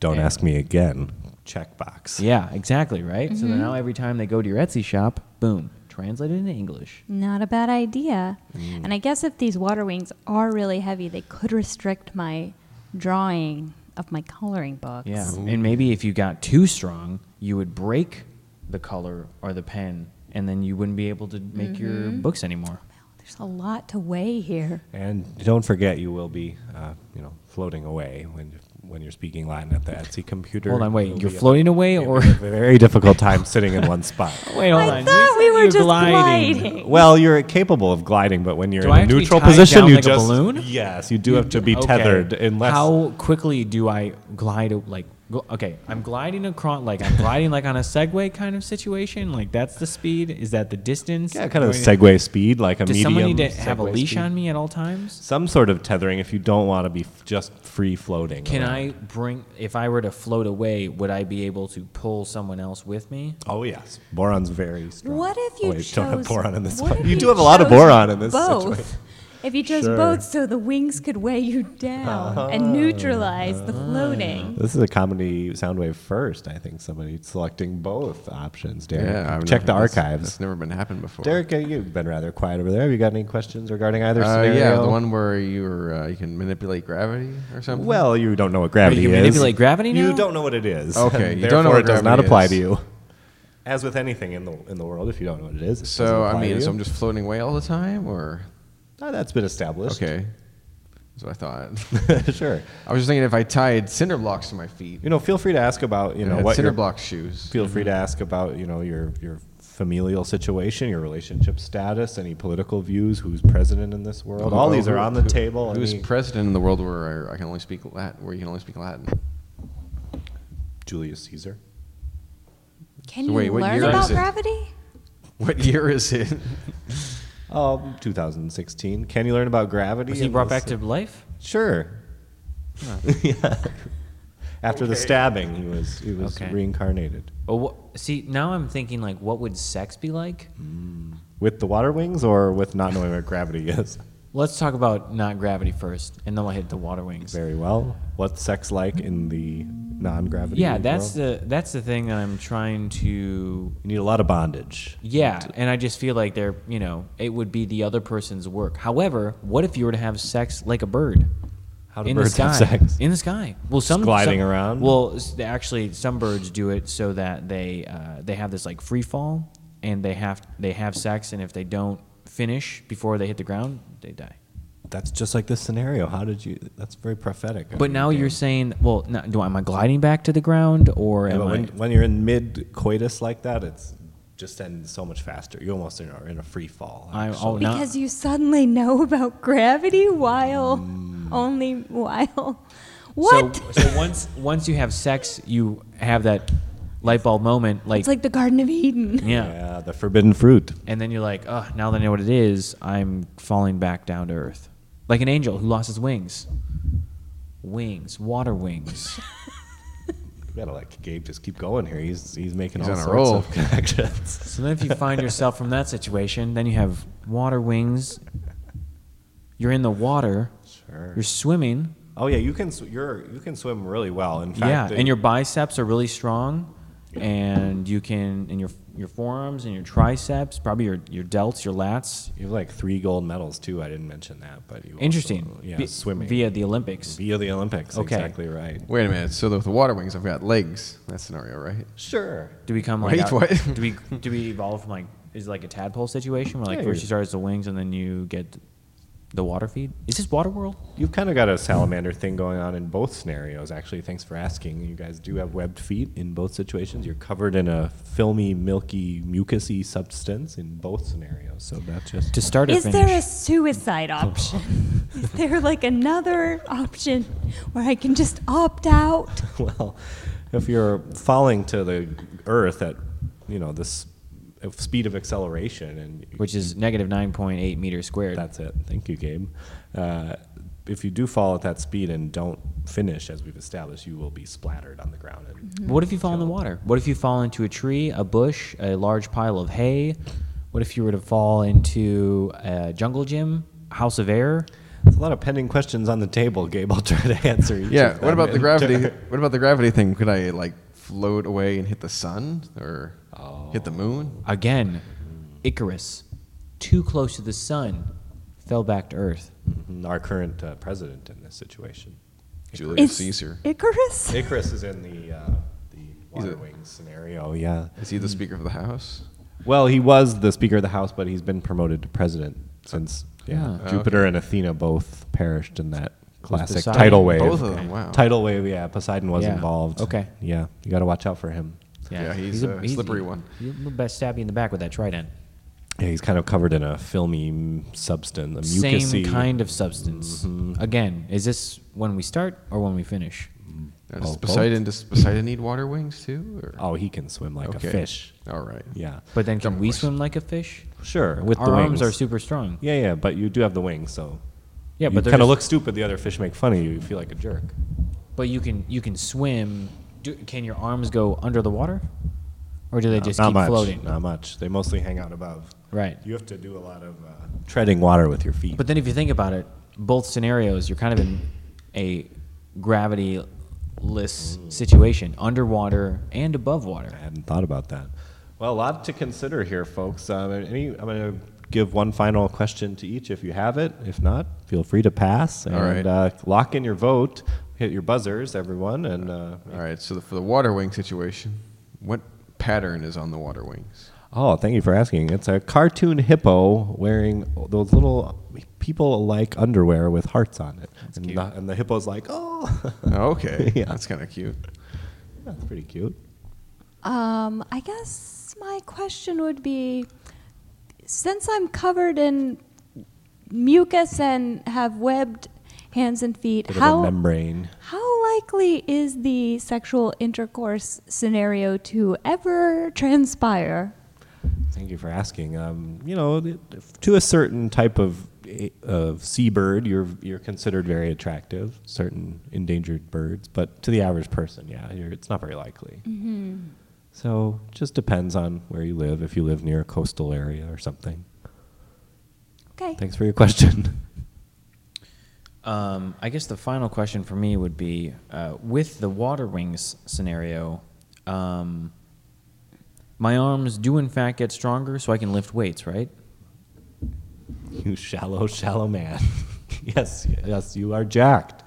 [SPEAKER 2] Don't
[SPEAKER 11] Yeah.
[SPEAKER 2] ask me again. Checkbox.
[SPEAKER 11] Yeah, exactly, right? So
[SPEAKER 4] Mhm.
[SPEAKER 11] then now every time they go to your Etsy shop, boom, translated into English.
[SPEAKER 4] Not a bad idea.
[SPEAKER 2] Mm.
[SPEAKER 4] And I guess if these water wings are really heavy, they could restrict my drawing of my coloring books.
[SPEAKER 11] Yeah. And maybe if you got too strong, you would break the color or the pen, and then you wouldn't be able to make your
[SPEAKER 4] Mhm.
[SPEAKER 11] books anymore.
[SPEAKER 4] There's a lot to weigh here.
[SPEAKER 2] And don't forget, you will be, uh, you know, floating away when when you're speaking Latin at the Etsy computer.
[SPEAKER 11] Hold on, wait,
[SPEAKER 2] You'll
[SPEAKER 11] you're
[SPEAKER 2] be a-
[SPEAKER 11] floating
[SPEAKER 2] (laughs)
[SPEAKER 11] away
[SPEAKER 2] you'll
[SPEAKER 11] or- (laughs)
[SPEAKER 2] be a very difficult time sitting in one spot.
[SPEAKER 11] Wait, hold on.
[SPEAKER 4] thought we were just gliding.
[SPEAKER 2] Well, you're capable of gliding, but when you're
[SPEAKER 11] Do
[SPEAKER 2] in
[SPEAKER 11] I
[SPEAKER 2] a
[SPEAKER 11] have to be
[SPEAKER 2] neutral
[SPEAKER 11] tied
[SPEAKER 2] position,
[SPEAKER 11] down
[SPEAKER 2] you
[SPEAKER 11] like a
[SPEAKER 2] just
[SPEAKER 11] balloon?
[SPEAKER 2] yes, you do have to be tethered unless
[SPEAKER 11] How quickly do I glide? o- Like, go, okay, I'm gliding across, like I'm gliding like on a Segway kind of situation. Like that's the speed. Is that the distance?
[SPEAKER 2] yeah, kind of
[SPEAKER 11] Do I-
[SPEAKER 2] Segway speed, like a
[SPEAKER 11] Does
[SPEAKER 2] medium.
[SPEAKER 11] someone need to have a
[SPEAKER 2] Segway
[SPEAKER 11] leash
[SPEAKER 2] speed.
[SPEAKER 11] on me at all times?
[SPEAKER 2] Some sort of tethering if you don't want to be f- just free floating.
[SPEAKER 11] Can
[SPEAKER 2] around.
[SPEAKER 11] I bring? If I were to float away, would I be able to pull someone else with me?
[SPEAKER 2] Oh yes, boron's very strong.
[SPEAKER 4] What if you
[SPEAKER 2] oh, wait,
[SPEAKER 4] chose,
[SPEAKER 2] don't have boron in this
[SPEAKER 4] what
[SPEAKER 2] one.
[SPEAKER 4] if
[SPEAKER 2] You, do have a lot of
[SPEAKER 4] chose
[SPEAKER 2] boron in this
[SPEAKER 4] both?
[SPEAKER 2] situation.
[SPEAKER 4] If you chose
[SPEAKER 2] Sure. Uh-huh.
[SPEAKER 4] both, so the wings could weigh you down and neutralize the floating.
[SPEAKER 2] This is a comedy Soundwave first. I think somebody selecting both options. Derek,
[SPEAKER 1] Yeah, I've
[SPEAKER 2] check the
[SPEAKER 1] never- that's-
[SPEAKER 2] archives.
[SPEAKER 1] That's never been happened before.
[SPEAKER 2] Derek, uh, you've been rather quiet over there. Have you got any questions regarding either
[SPEAKER 1] Uh,
[SPEAKER 2] scenario?
[SPEAKER 1] yeah, the one where you're uh, you can manipulate gravity or something.
[SPEAKER 2] Well, you don't know what gravity
[SPEAKER 11] you
[SPEAKER 2] is.
[SPEAKER 11] can manipulate gravity
[SPEAKER 2] You
[SPEAKER 11] now?
[SPEAKER 2] don't know what it is.
[SPEAKER 1] Okay,
[SPEAKER 2] And (laughs)
[SPEAKER 1] you don't know
[SPEAKER 2] therefore
[SPEAKER 1] what
[SPEAKER 2] it does not
[SPEAKER 1] gravity
[SPEAKER 2] apply
[SPEAKER 1] is.
[SPEAKER 2] to you. As with anything in the in the world, if you don't know what it is, it doesn't
[SPEAKER 1] so
[SPEAKER 2] apply
[SPEAKER 1] I
[SPEAKER 2] to
[SPEAKER 1] mean,
[SPEAKER 2] you.
[SPEAKER 1] so I'm just floating away all the time, or
[SPEAKER 2] Oh, that's been established.
[SPEAKER 1] okay, that's what I thought.
[SPEAKER 2] (laughs) sure.
[SPEAKER 1] I was just thinking if I tied cinder blocks to my feet,
[SPEAKER 2] You know, feel free to ask about you
[SPEAKER 1] And
[SPEAKER 2] know
[SPEAKER 1] had
[SPEAKER 2] what
[SPEAKER 1] cinder Mm-hmm.
[SPEAKER 2] your-
[SPEAKER 1] block shoes.
[SPEAKER 2] Feel free to ask about you know your your familial situation, your relationship status, any political views, who's president in this world. All these are on the
[SPEAKER 1] Oh, Who-
[SPEAKER 2] table.
[SPEAKER 1] Who's
[SPEAKER 2] Any-
[SPEAKER 1] president in the world where I, I can only speak Latin? Where you can only speak Latin?
[SPEAKER 2] Julius Caesar.
[SPEAKER 4] Can
[SPEAKER 1] So
[SPEAKER 4] you
[SPEAKER 1] wait, what
[SPEAKER 4] learn
[SPEAKER 1] year
[SPEAKER 4] about
[SPEAKER 1] is it?
[SPEAKER 4] gravity?
[SPEAKER 1] (laughs) What year is it?
[SPEAKER 2] Um, 2016. Can you learn about gravity?
[SPEAKER 11] Was he
[SPEAKER 2] in
[SPEAKER 11] brought
[SPEAKER 2] this-
[SPEAKER 11] back to life?
[SPEAKER 2] Sure. (laughs) yeah. After the stabbing, he was he was
[SPEAKER 11] Okay.
[SPEAKER 2] reincarnated
[SPEAKER 11] Oh, wha- see, now I'm thinking like, what would sex be like?
[SPEAKER 2] with the water wings, or with not knowing what gravity (laughs) is.
[SPEAKER 11] Let's talk about not gravity first, and then we'll hit the water wings.
[SPEAKER 2] Very well. What's sex like in the non-gravity.
[SPEAKER 11] Yeah, that's
[SPEAKER 2] world?
[SPEAKER 11] the that's the thing that I'm trying to. You
[SPEAKER 2] need a lot of bondage.
[SPEAKER 11] Yeah, and I just feel like they're you know it would be the other person's work. However, what if you were to have sex like a bird?
[SPEAKER 2] How do
[SPEAKER 11] in
[SPEAKER 2] birds
[SPEAKER 11] the
[SPEAKER 2] have
[SPEAKER 11] sky?
[SPEAKER 2] sex?
[SPEAKER 11] In the sky. Well,
[SPEAKER 2] Just
[SPEAKER 11] some
[SPEAKER 2] gliding
[SPEAKER 11] some-
[SPEAKER 2] around?
[SPEAKER 11] Well, s- they- actually, some birds do it so that they uh, they have this like free fall, and they have they have sex, and if they don't finish before they hit the ground, they die.
[SPEAKER 2] That's just like this scenario. How did you? That's very prophetic.
[SPEAKER 11] But now you're saying, well, no, do I, am I gliding back to the ground or
[SPEAKER 2] Yeah,
[SPEAKER 11] am
[SPEAKER 2] but when,
[SPEAKER 11] I?
[SPEAKER 2] when you're in mid coitus like that, it's just ends so much faster. You almost are in a free fall.
[SPEAKER 11] I-
[SPEAKER 2] actually.
[SPEAKER 11] oh,
[SPEAKER 4] Because you suddenly know about gravity while only while what?
[SPEAKER 11] So, so once once you have sex, you have that light bulb moment, like,
[SPEAKER 4] it's like the Garden of Eden.
[SPEAKER 11] yeah,
[SPEAKER 2] the forbidden fruit,
[SPEAKER 11] and then you're like, oh, now that I know what it is, I'm falling back down to earth, like an angel who lost his wings, wings,
[SPEAKER 2] (laughs)
[SPEAKER 11] water wings.
[SPEAKER 2] We gotta let Gabe just keep going here. He's he's making
[SPEAKER 11] He's
[SPEAKER 2] all
[SPEAKER 11] on a
[SPEAKER 2] sorts
[SPEAKER 11] roll.
[SPEAKER 2] of (laughs) connections.
[SPEAKER 11] so then, if you find yourself from that situation, then you have water wings. You're in the water.
[SPEAKER 2] Sure.
[SPEAKER 11] You're swimming.
[SPEAKER 2] Oh yeah, you can sw- you're you can swim really well. In fact,
[SPEAKER 11] yeah,
[SPEAKER 2] they-
[SPEAKER 11] and your biceps are really strong, and you can and your your forearms and your triceps, probably your your delts, your lats.
[SPEAKER 2] you have like three gold medals too. I didn't mention that, but you also-
[SPEAKER 11] Interesting.
[SPEAKER 2] yeah,
[SPEAKER 11] Vi-
[SPEAKER 2] swimming
[SPEAKER 11] via the Olympics.
[SPEAKER 2] via the Olympics.
[SPEAKER 11] Okay.
[SPEAKER 2] exactly right.
[SPEAKER 1] Wait a minute. So with the water wings, I've got legs. That scenario, right?
[SPEAKER 2] Sure.
[SPEAKER 11] Do we come like
[SPEAKER 1] Wait,
[SPEAKER 11] out-
[SPEAKER 1] what?
[SPEAKER 11] (laughs) do we do we evolve from like is it like a tadpole situation where like
[SPEAKER 2] Yeah,
[SPEAKER 11] first
[SPEAKER 2] you're-
[SPEAKER 11] you start as the wings and then you get the water feed? Is this water world?
[SPEAKER 2] You've kind of got a salamander thing going on in both scenarios, actually. Thanks for asking. You guys do have webbed feet in both situations. You're covered in a filmy, milky, mucousy substance in both scenarios. So that's just
[SPEAKER 11] to start
[SPEAKER 4] Is there a suicide option? Is there like another option where I can just opt out?
[SPEAKER 2] well, if you're falling to the earth at you know this uh, speed of acceleration and
[SPEAKER 11] which is negative 9.8 meters squared.
[SPEAKER 2] That's it. Thank you, Gabe. Uh, if you do fall at that speed and don't finish, as we've established, you will be splattered on the ground. And
[SPEAKER 4] Hmm.
[SPEAKER 11] What if you fall in the water? What if you fall into a tree, a bush, a large pile of hay? What if you were to fall into a jungle gym, house of air?
[SPEAKER 2] There's a lot of pending questions on the table, Gabe. I'll try to answer. Each
[SPEAKER 1] Yeah. What
[SPEAKER 2] of them
[SPEAKER 1] about the
[SPEAKER 2] in
[SPEAKER 1] gravity?
[SPEAKER 2] turn.
[SPEAKER 1] What about the gravity thing? Could I like float away and hit the sun or hit the moon?
[SPEAKER 11] Again, Icarus, too close to the sun, fell back to Earth.
[SPEAKER 2] (laughs) Our current uh, president in this situation,
[SPEAKER 1] Julius Is Caesar.
[SPEAKER 4] Icarus?
[SPEAKER 2] Icarus is in the uh, the water wings scenario. Yeah.
[SPEAKER 1] Is he the Speaker of the House?
[SPEAKER 2] Well, he was the Speaker of the House, but he's been promoted to president since yeah,
[SPEAKER 1] Ah. Oh,
[SPEAKER 2] Jupiter and Athena both perished in that classic
[SPEAKER 11] Poseidon.
[SPEAKER 2] tidal wave.
[SPEAKER 1] Both of them, wow.
[SPEAKER 2] Tidal wave. Yeah, Poseidon was
[SPEAKER 11] Yeah.
[SPEAKER 2] involved.
[SPEAKER 11] Okay.
[SPEAKER 2] Yeah, you got to watch out for him.
[SPEAKER 1] Yeah, he's a slippery one.
[SPEAKER 11] You best stab you in the back with that trident.
[SPEAKER 2] Yeah, he's kind of covered in a filmy mm, substance, a mucusy.
[SPEAKER 11] Same kind of substance. Again, is this when we start or when we finish?
[SPEAKER 1] Now,
[SPEAKER 2] Oh,
[SPEAKER 1] Does
[SPEAKER 2] both?
[SPEAKER 1] Poseidon, does Poseidon need water wings too? Or?
[SPEAKER 2] Oh, he can swim like
[SPEAKER 1] Okay.
[SPEAKER 2] a fish.
[SPEAKER 1] All right.
[SPEAKER 2] Yeah.
[SPEAKER 11] But then can we swim like a fish?
[SPEAKER 2] Sure, with
[SPEAKER 11] Our
[SPEAKER 2] the
[SPEAKER 11] arms
[SPEAKER 2] wings.
[SPEAKER 11] are super strong.
[SPEAKER 2] Yeah, yeah, but you do have the wings, so
[SPEAKER 11] Yeah,
[SPEAKER 2] you
[SPEAKER 11] but they're
[SPEAKER 2] kind of
[SPEAKER 11] just-
[SPEAKER 2] look stupid. The other fish make fun of you. You feel like a jerk.
[SPEAKER 11] But you can you can swim. Do, can your arms go under the water, or do they just
[SPEAKER 2] Not
[SPEAKER 11] keep
[SPEAKER 2] much,
[SPEAKER 11] floating?
[SPEAKER 2] Not much. They mostly hang out above.
[SPEAKER 11] Right.
[SPEAKER 2] You have to do a lot of uh, treading water with your feet.
[SPEAKER 11] But then if you think about it, both scenarios, you're kind of in a gravity-less situation, underwater and above water.
[SPEAKER 2] I hadn't thought about that. Well, a lot to consider here, folks. Um, any, I'm going to give one final question to each if you have it. If not, feel free to pass and
[SPEAKER 1] right.
[SPEAKER 2] uh, lock in your vote. Hit your buzzers, everyone, and uh,
[SPEAKER 1] All right. So the, for the water wing situation, what pattern is on the water
[SPEAKER 2] (laughs)
[SPEAKER 1] wings?
[SPEAKER 2] Oh, thank you for asking. It's a cartoon hippo wearing those little people-like underwear with hearts on it, and the, and the hippo's like, "Oh,
[SPEAKER 1] Okay.
[SPEAKER 2] (laughs) Yeah.
[SPEAKER 1] That's kind of cute.
[SPEAKER 2] that's pretty cute."
[SPEAKER 4] Um, I guess my question would be since I'm covered in mucus and have webbed hands and feet,
[SPEAKER 2] Bit
[SPEAKER 4] how
[SPEAKER 2] of a membrane.
[SPEAKER 4] How likely is the sexual intercourse scenario to ever transpire?
[SPEAKER 2] Thank you for asking. Um, you know, th- to a certain type of a- of seabird, you're you're considered very attractive. Certain endangered birds, but to the average person, yeah, you're, it's not very likely. So, just depends on where you live. If you live near a coastal area or something.
[SPEAKER 4] Okay.
[SPEAKER 2] Thanks for your question.
[SPEAKER 11] Um, I guess the final question for me would be uh, with the water wings scenario, um, my arms do in fact get stronger so I can lift weights, right?
[SPEAKER 2] (laughs) You shallow, shallow man. (laughs) yes, yes, you are jacked.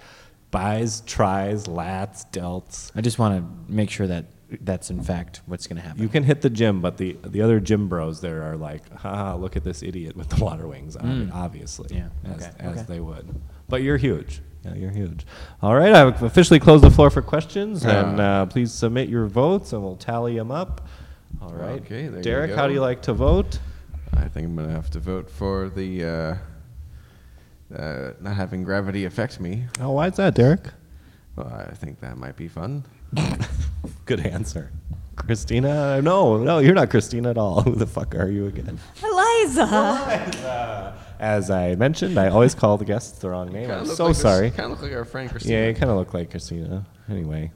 [SPEAKER 2] Buys, tries, lats, delts.
[SPEAKER 11] I just want to make sure that that's in fact what's going to happen.
[SPEAKER 2] You can hit the gym, but the the other gym bros there are like, haha, look at this idiot with the (laughs) water wings. I mean,
[SPEAKER 11] Mm.
[SPEAKER 2] obviously,
[SPEAKER 11] Yeah,
[SPEAKER 2] as,
[SPEAKER 11] okay,
[SPEAKER 2] as
[SPEAKER 11] okay.
[SPEAKER 2] they would. But you're huge. Yeah, you're huge. All right, I've officially closed the floor for questions, and uh, please submit your votes, and we'll tally them up. All right,
[SPEAKER 1] Okay, there you
[SPEAKER 2] Derek, how do you
[SPEAKER 1] go.
[SPEAKER 2] like to vote?
[SPEAKER 1] I think I'm gonna have to vote for the uh, uh, not having gravity affect me.
[SPEAKER 2] Oh, why is that, Derek?
[SPEAKER 1] Well, I think that might be fun.
[SPEAKER 2] Good answer, Christina. No, no, you're not Christina at all. (laughs) Who the fuck are you again?
[SPEAKER 13] Eliza.
[SPEAKER 2] As I mentioned, I always call the guests the wrong name.
[SPEAKER 1] kinda
[SPEAKER 2] I'm
[SPEAKER 1] look
[SPEAKER 2] so
[SPEAKER 1] like this-
[SPEAKER 2] sorry.
[SPEAKER 1] kinda look like our friend
[SPEAKER 2] Yeah,
[SPEAKER 1] Christina.
[SPEAKER 2] you kind of look like Christina. Anyway,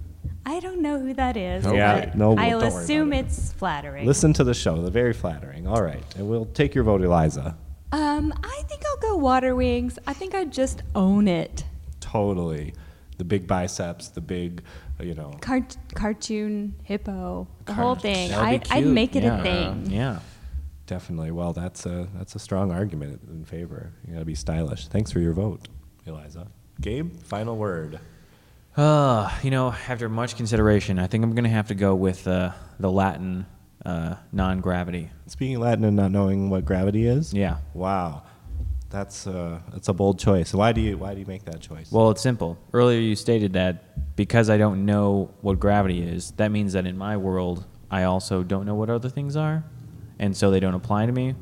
[SPEAKER 4] I don't know who that is.
[SPEAKER 2] Okay. Yeah,
[SPEAKER 4] but
[SPEAKER 2] no, well,
[SPEAKER 4] I'll
[SPEAKER 2] don't worry about
[SPEAKER 4] assume it's flattering.
[SPEAKER 2] listen to the show. They're very flattering. All right, and we'll take your vote, Eliza.
[SPEAKER 4] Um, I think I'll go water wings. I think I just own it.
[SPEAKER 2] Totally, the big biceps, the big, uh, you know.
[SPEAKER 4] Car- cartoon hippo, the whole thing.
[SPEAKER 2] That would be
[SPEAKER 4] I'd, I'd
[SPEAKER 2] cute.
[SPEAKER 4] make it a thing.
[SPEAKER 11] Yeah.
[SPEAKER 2] Definitely. Well, that's a that's a strong argument in favor. You got to be stylish. Thanks for your vote, Eliza. Gabe, final word.
[SPEAKER 11] Uh, you know, after much consideration, I think I'm going to have to go with uh, the Latin uh, non gravity.
[SPEAKER 2] Speaking Latin and not knowing what gravity is.
[SPEAKER 11] Yeah.
[SPEAKER 2] Wow, that's uh, that's a bold choice. Why do you why do you make that choice?
[SPEAKER 11] Well, it's simple. Earlier, you stated that because I don't know what gravity is, that means that in my world, I also don't know what other things are, and so they don't apply to me.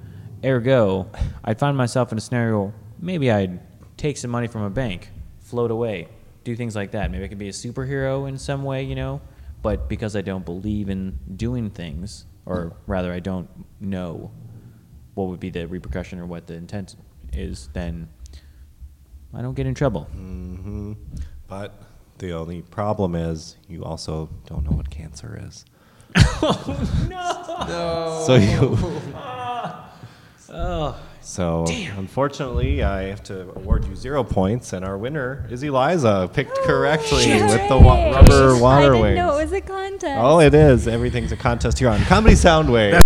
[SPEAKER 11] Ergo, I'd find myself in a scenario maybe I'd take some money from a bank, float away, do things like that. Maybe I could be a superhero in some way, you know? But because I don't believe in doing things, or rather, I don't know what would be the repercussion or what the intent is, then I don't get in trouble.
[SPEAKER 2] hmm But the only problem is you also don't know what cancer
[SPEAKER 4] (laughs)
[SPEAKER 2] is.
[SPEAKER 4] Oh,
[SPEAKER 11] No.
[SPEAKER 2] So
[SPEAKER 4] (laughs)
[SPEAKER 2] you- (laughs)
[SPEAKER 11] oh.
[SPEAKER 2] So unfortunately, I have to award you zero points, and our winner is Eliza, picked correctly with the wa- rubber water
[SPEAKER 4] Oh, I
[SPEAKER 2] wings.
[SPEAKER 4] didn't know it was a contest.
[SPEAKER 2] Oh, it is. Everything's a contest here on Comedy Soundwave.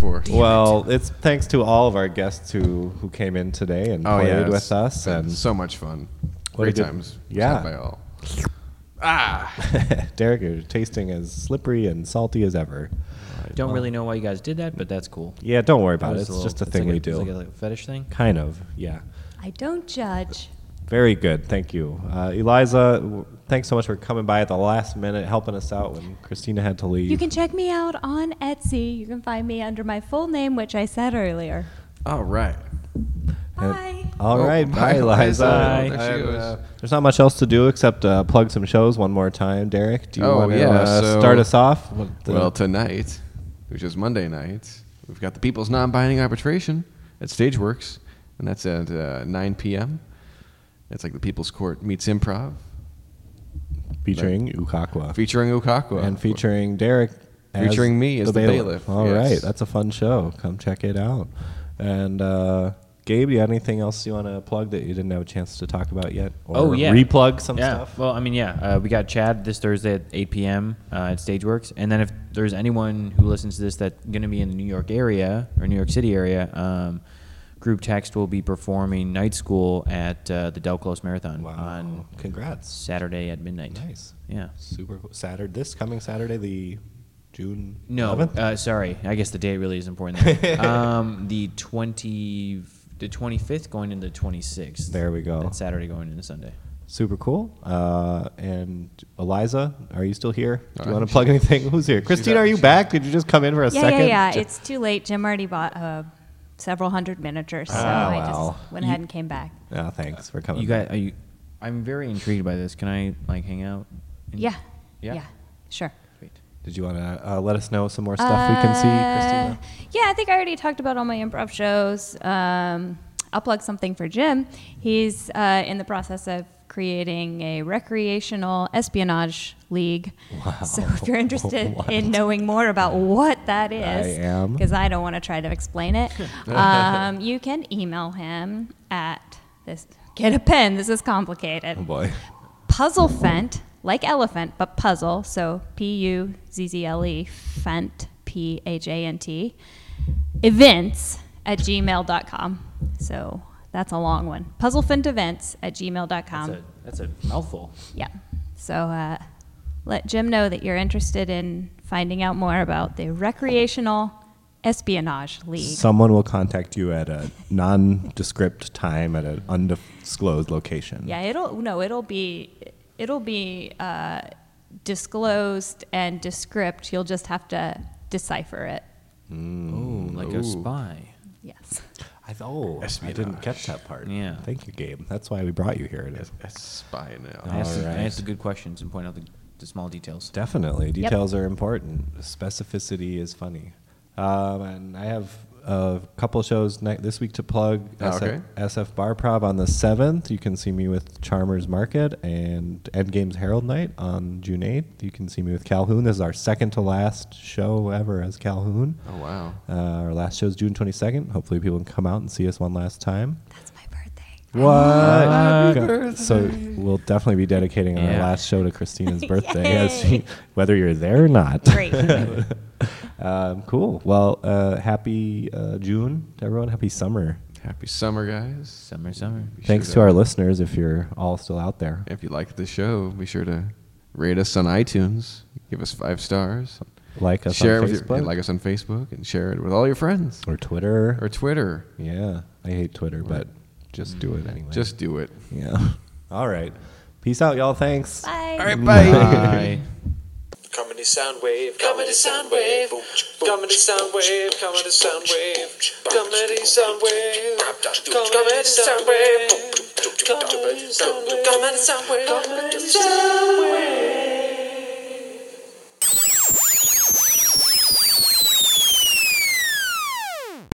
[SPEAKER 1] For
[SPEAKER 2] Well, it's thanks to all of our guests who who came in today and
[SPEAKER 1] Oh,
[SPEAKER 2] played
[SPEAKER 1] yeah, it's
[SPEAKER 2] with us,
[SPEAKER 1] been
[SPEAKER 2] and
[SPEAKER 1] so much fun.
[SPEAKER 2] What a
[SPEAKER 1] Great
[SPEAKER 2] good-
[SPEAKER 1] times.
[SPEAKER 2] Yeah,
[SPEAKER 1] Stopped by all. Ah,
[SPEAKER 2] Derek, you're tasting as slippery and salty as ever.
[SPEAKER 11] Don't really know why you guys did that, but that's cool.
[SPEAKER 2] Yeah, don't worry about
[SPEAKER 11] That
[SPEAKER 2] it.
[SPEAKER 11] was
[SPEAKER 2] It's
[SPEAKER 11] little-
[SPEAKER 2] just a thing
[SPEAKER 11] like
[SPEAKER 2] we
[SPEAKER 11] it's
[SPEAKER 2] do.
[SPEAKER 11] like a little fetish thing.
[SPEAKER 2] Kind of, yeah.
[SPEAKER 4] I don't judge.
[SPEAKER 2] Very good, thank you, uh, Eliza. w- Thanks so much for coming by at the last minute, helping us out when Christina had to leave.
[SPEAKER 4] You can check me out on Etsy. You can find me under my full name, which I said earlier.
[SPEAKER 1] all right.
[SPEAKER 2] Bye. All
[SPEAKER 1] Oh,
[SPEAKER 2] right,
[SPEAKER 1] bye,
[SPEAKER 2] bye,
[SPEAKER 1] Eliza.
[SPEAKER 2] Eliza.
[SPEAKER 1] There she
[SPEAKER 2] And,
[SPEAKER 1] goes.
[SPEAKER 2] uh, there's not much else to do except uh, plug some shows one more time. Derek, do you
[SPEAKER 1] oh
[SPEAKER 2] want to
[SPEAKER 1] yeah,
[SPEAKER 2] uh,
[SPEAKER 1] so-
[SPEAKER 2] start us off? with the-
[SPEAKER 1] well, tonight, which is Monday night, we've got the People's Non-Binding Arbitration at Stageworks, and that's at uh, 9 p.m. It's like the People's Court meets improv,
[SPEAKER 2] featuring Ukakwa
[SPEAKER 1] featuring Okakwa
[SPEAKER 2] and featuring Derek, as
[SPEAKER 1] Featuring me as the bailiff,
[SPEAKER 2] All right,
[SPEAKER 1] yes.
[SPEAKER 2] that's a fun show. Come check it out. And uh, Gabe, you got anything else you want to plug that you didn't have a chance to talk about yet? Or
[SPEAKER 11] oh yeah,
[SPEAKER 2] replug some
[SPEAKER 11] Yeah.
[SPEAKER 2] stuff.
[SPEAKER 11] Well, I mean, yeah, uh, we got Chad this Thursday at 8 p.m. Uh, at Stageworks, and then if there's anyone who listens to this that's going to be in the New York area or New York City area, um, Group Text will be performing Night School at uh, the Del Close Marathon on
[SPEAKER 2] Congrats.
[SPEAKER 11] Saturday at midnight.
[SPEAKER 2] Nice.
[SPEAKER 11] Yeah.
[SPEAKER 2] Super cool. Saturday. This coming Saturday, the June.
[SPEAKER 11] No,
[SPEAKER 2] 11th?
[SPEAKER 11] uh, sorry. I guess the date really is important.
[SPEAKER 2] (laughs)
[SPEAKER 11] There. um, the twenty, the twenty fifth, going into the twenty sixth.
[SPEAKER 2] There we go.
[SPEAKER 11] That's Saturday going into Sunday.
[SPEAKER 2] Super cool. Uh, and Eliza, are you still here? Do you
[SPEAKER 1] Uh,
[SPEAKER 2] want to plug anything? (laughs) Who's here? Christine,
[SPEAKER 1] out.
[SPEAKER 2] are you back? Did you just come in for a
[SPEAKER 4] yeah,
[SPEAKER 2] second?
[SPEAKER 4] yeah,
[SPEAKER 2] Ju-
[SPEAKER 4] yeah. It's too late. Jim already bought uh, several hundred miniatures, so
[SPEAKER 2] Ah,
[SPEAKER 4] I
[SPEAKER 2] wow.
[SPEAKER 4] just went
[SPEAKER 11] You-
[SPEAKER 4] ahead and came back.
[SPEAKER 2] Ah, thanks for coming.
[SPEAKER 11] You guys, are you? I'm very intrigued by this. Can I like hang out? and-
[SPEAKER 4] Yeah.
[SPEAKER 11] Yeah.
[SPEAKER 4] Sure.
[SPEAKER 2] Did you want to uh, let us know some more stuff we can see, Christina?
[SPEAKER 4] Uh, Yeah, I think I already talked about all my improv shows. Um, I'll plug something for Jim. He's uh, in the process of creating a recreational espionage league. Wow. So if you're
[SPEAKER 2] (laughs)
[SPEAKER 4] interested in knowing more about what that is,
[SPEAKER 2] am.
[SPEAKER 4] because I don't
[SPEAKER 2] (laughs)
[SPEAKER 4] want to try to explain it, um, you can email him at this Get a pen. This is complicated.
[SPEAKER 2] Oh boy.
[SPEAKER 4] Puzzle Fent, like elephant, but puzzle. So P U Z Z L E, Fent, P H A N T, events at gmail.com. So that's a long one. Puzzlefent events at gmail.com.
[SPEAKER 11] That's a mouthful.
[SPEAKER 4] Yeah. So uh, let Jim know that you're interested in finding out more about the Recreational Espionage League.
[SPEAKER 2] Someone will contact you at a nondescript time at an undisclosed location.
[SPEAKER 4] Yeah, it'll no, it'll be it'll be uh, disclosed and descript. You'll just have to decipher it.
[SPEAKER 2] Hmm.
[SPEAKER 11] Oh, like a spy.
[SPEAKER 4] Yes.
[SPEAKER 2] I, oh, I didn't catch that part.
[SPEAKER 11] Yeah.
[SPEAKER 2] Thank you, Gabe. That's why we brought you here.
[SPEAKER 11] I asked, I asked the good questions and point out the, the small details.
[SPEAKER 2] Definitely.
[SPEAKER 11] Yep.
[SPEAKER 2] Details are important. Specificity is funny. Um, and I have a couple shows ne- this week to plug.
[SPEAKER 1] Oh,
[SPEAKER 11] Ah,
[SPEAKER 1] okay.
[SPEAKER 2] SF, Bar Prob on the 7th. You can see me with Charmers Market and Endgame's Herald Night on June 8th. You can see me with Calhoun. This is our second to last show ever as Calhoun.
[SPEAKER 1] Oh, wow.
[SPEAKER 2] Uh, our last show is June 22nd. Hopefully, people can come out and see us one last time. What?
[SPEAKER 13] Happy
[SPEAKER 2] Go-
[SPEAKER 13] birthday.
[SPEAKER 2] So we'll definitely be dedicating our
[SPEAKER 11] Yeah.
[SPEAKER 2] last show to Christina's birthday, as she, whether you're there or not.
[SPEAKER 11] Great.
[SPEAKER 2] (laughs) um, cool. Well, uh, happy uh, June to everyone. Happy summer.
[SPEAKER 1] Happy summer, guys. Summer,
[SPEAKER 11] summer.
[SPEAKER 2] Thanks to our listeners if you're all still out there.
[SPEAKER 1] If you like the show, be sure to rate us on iTunes, give us five stars,
[SPEAKER 2] Like us
[SPEAKER 1] share
[SPEAKER 2] on
[SPEAKER 1] it with Your,
[SPEAKER 2] Facebook.
[SPEAKER 1] like us on Facebook, and share it with all your friends
[SPEAKER 2] or Twitter
[SPEAKER 1] or Twitter.
[SPEAKER 2] Yeah, I hate Twitter, but Mm. just do it anyway.
[SPEAKER 1] Just do it.
[SPEAKER 2] Yeah. (laughs) All right. Peace out, y'all. Thanks.
[SPEAKER 4] Bye.
[SPEAKER 1] All right, bye.
[SPEAKER 2] Bye.
[SPEAKER 3] Comedy sound wave. Comedy sound wave. Comedy sound wave. Comedy sound wave. Comedy sound wave. Comedy sound wave. Comedy sound wave. Comedy sound wave.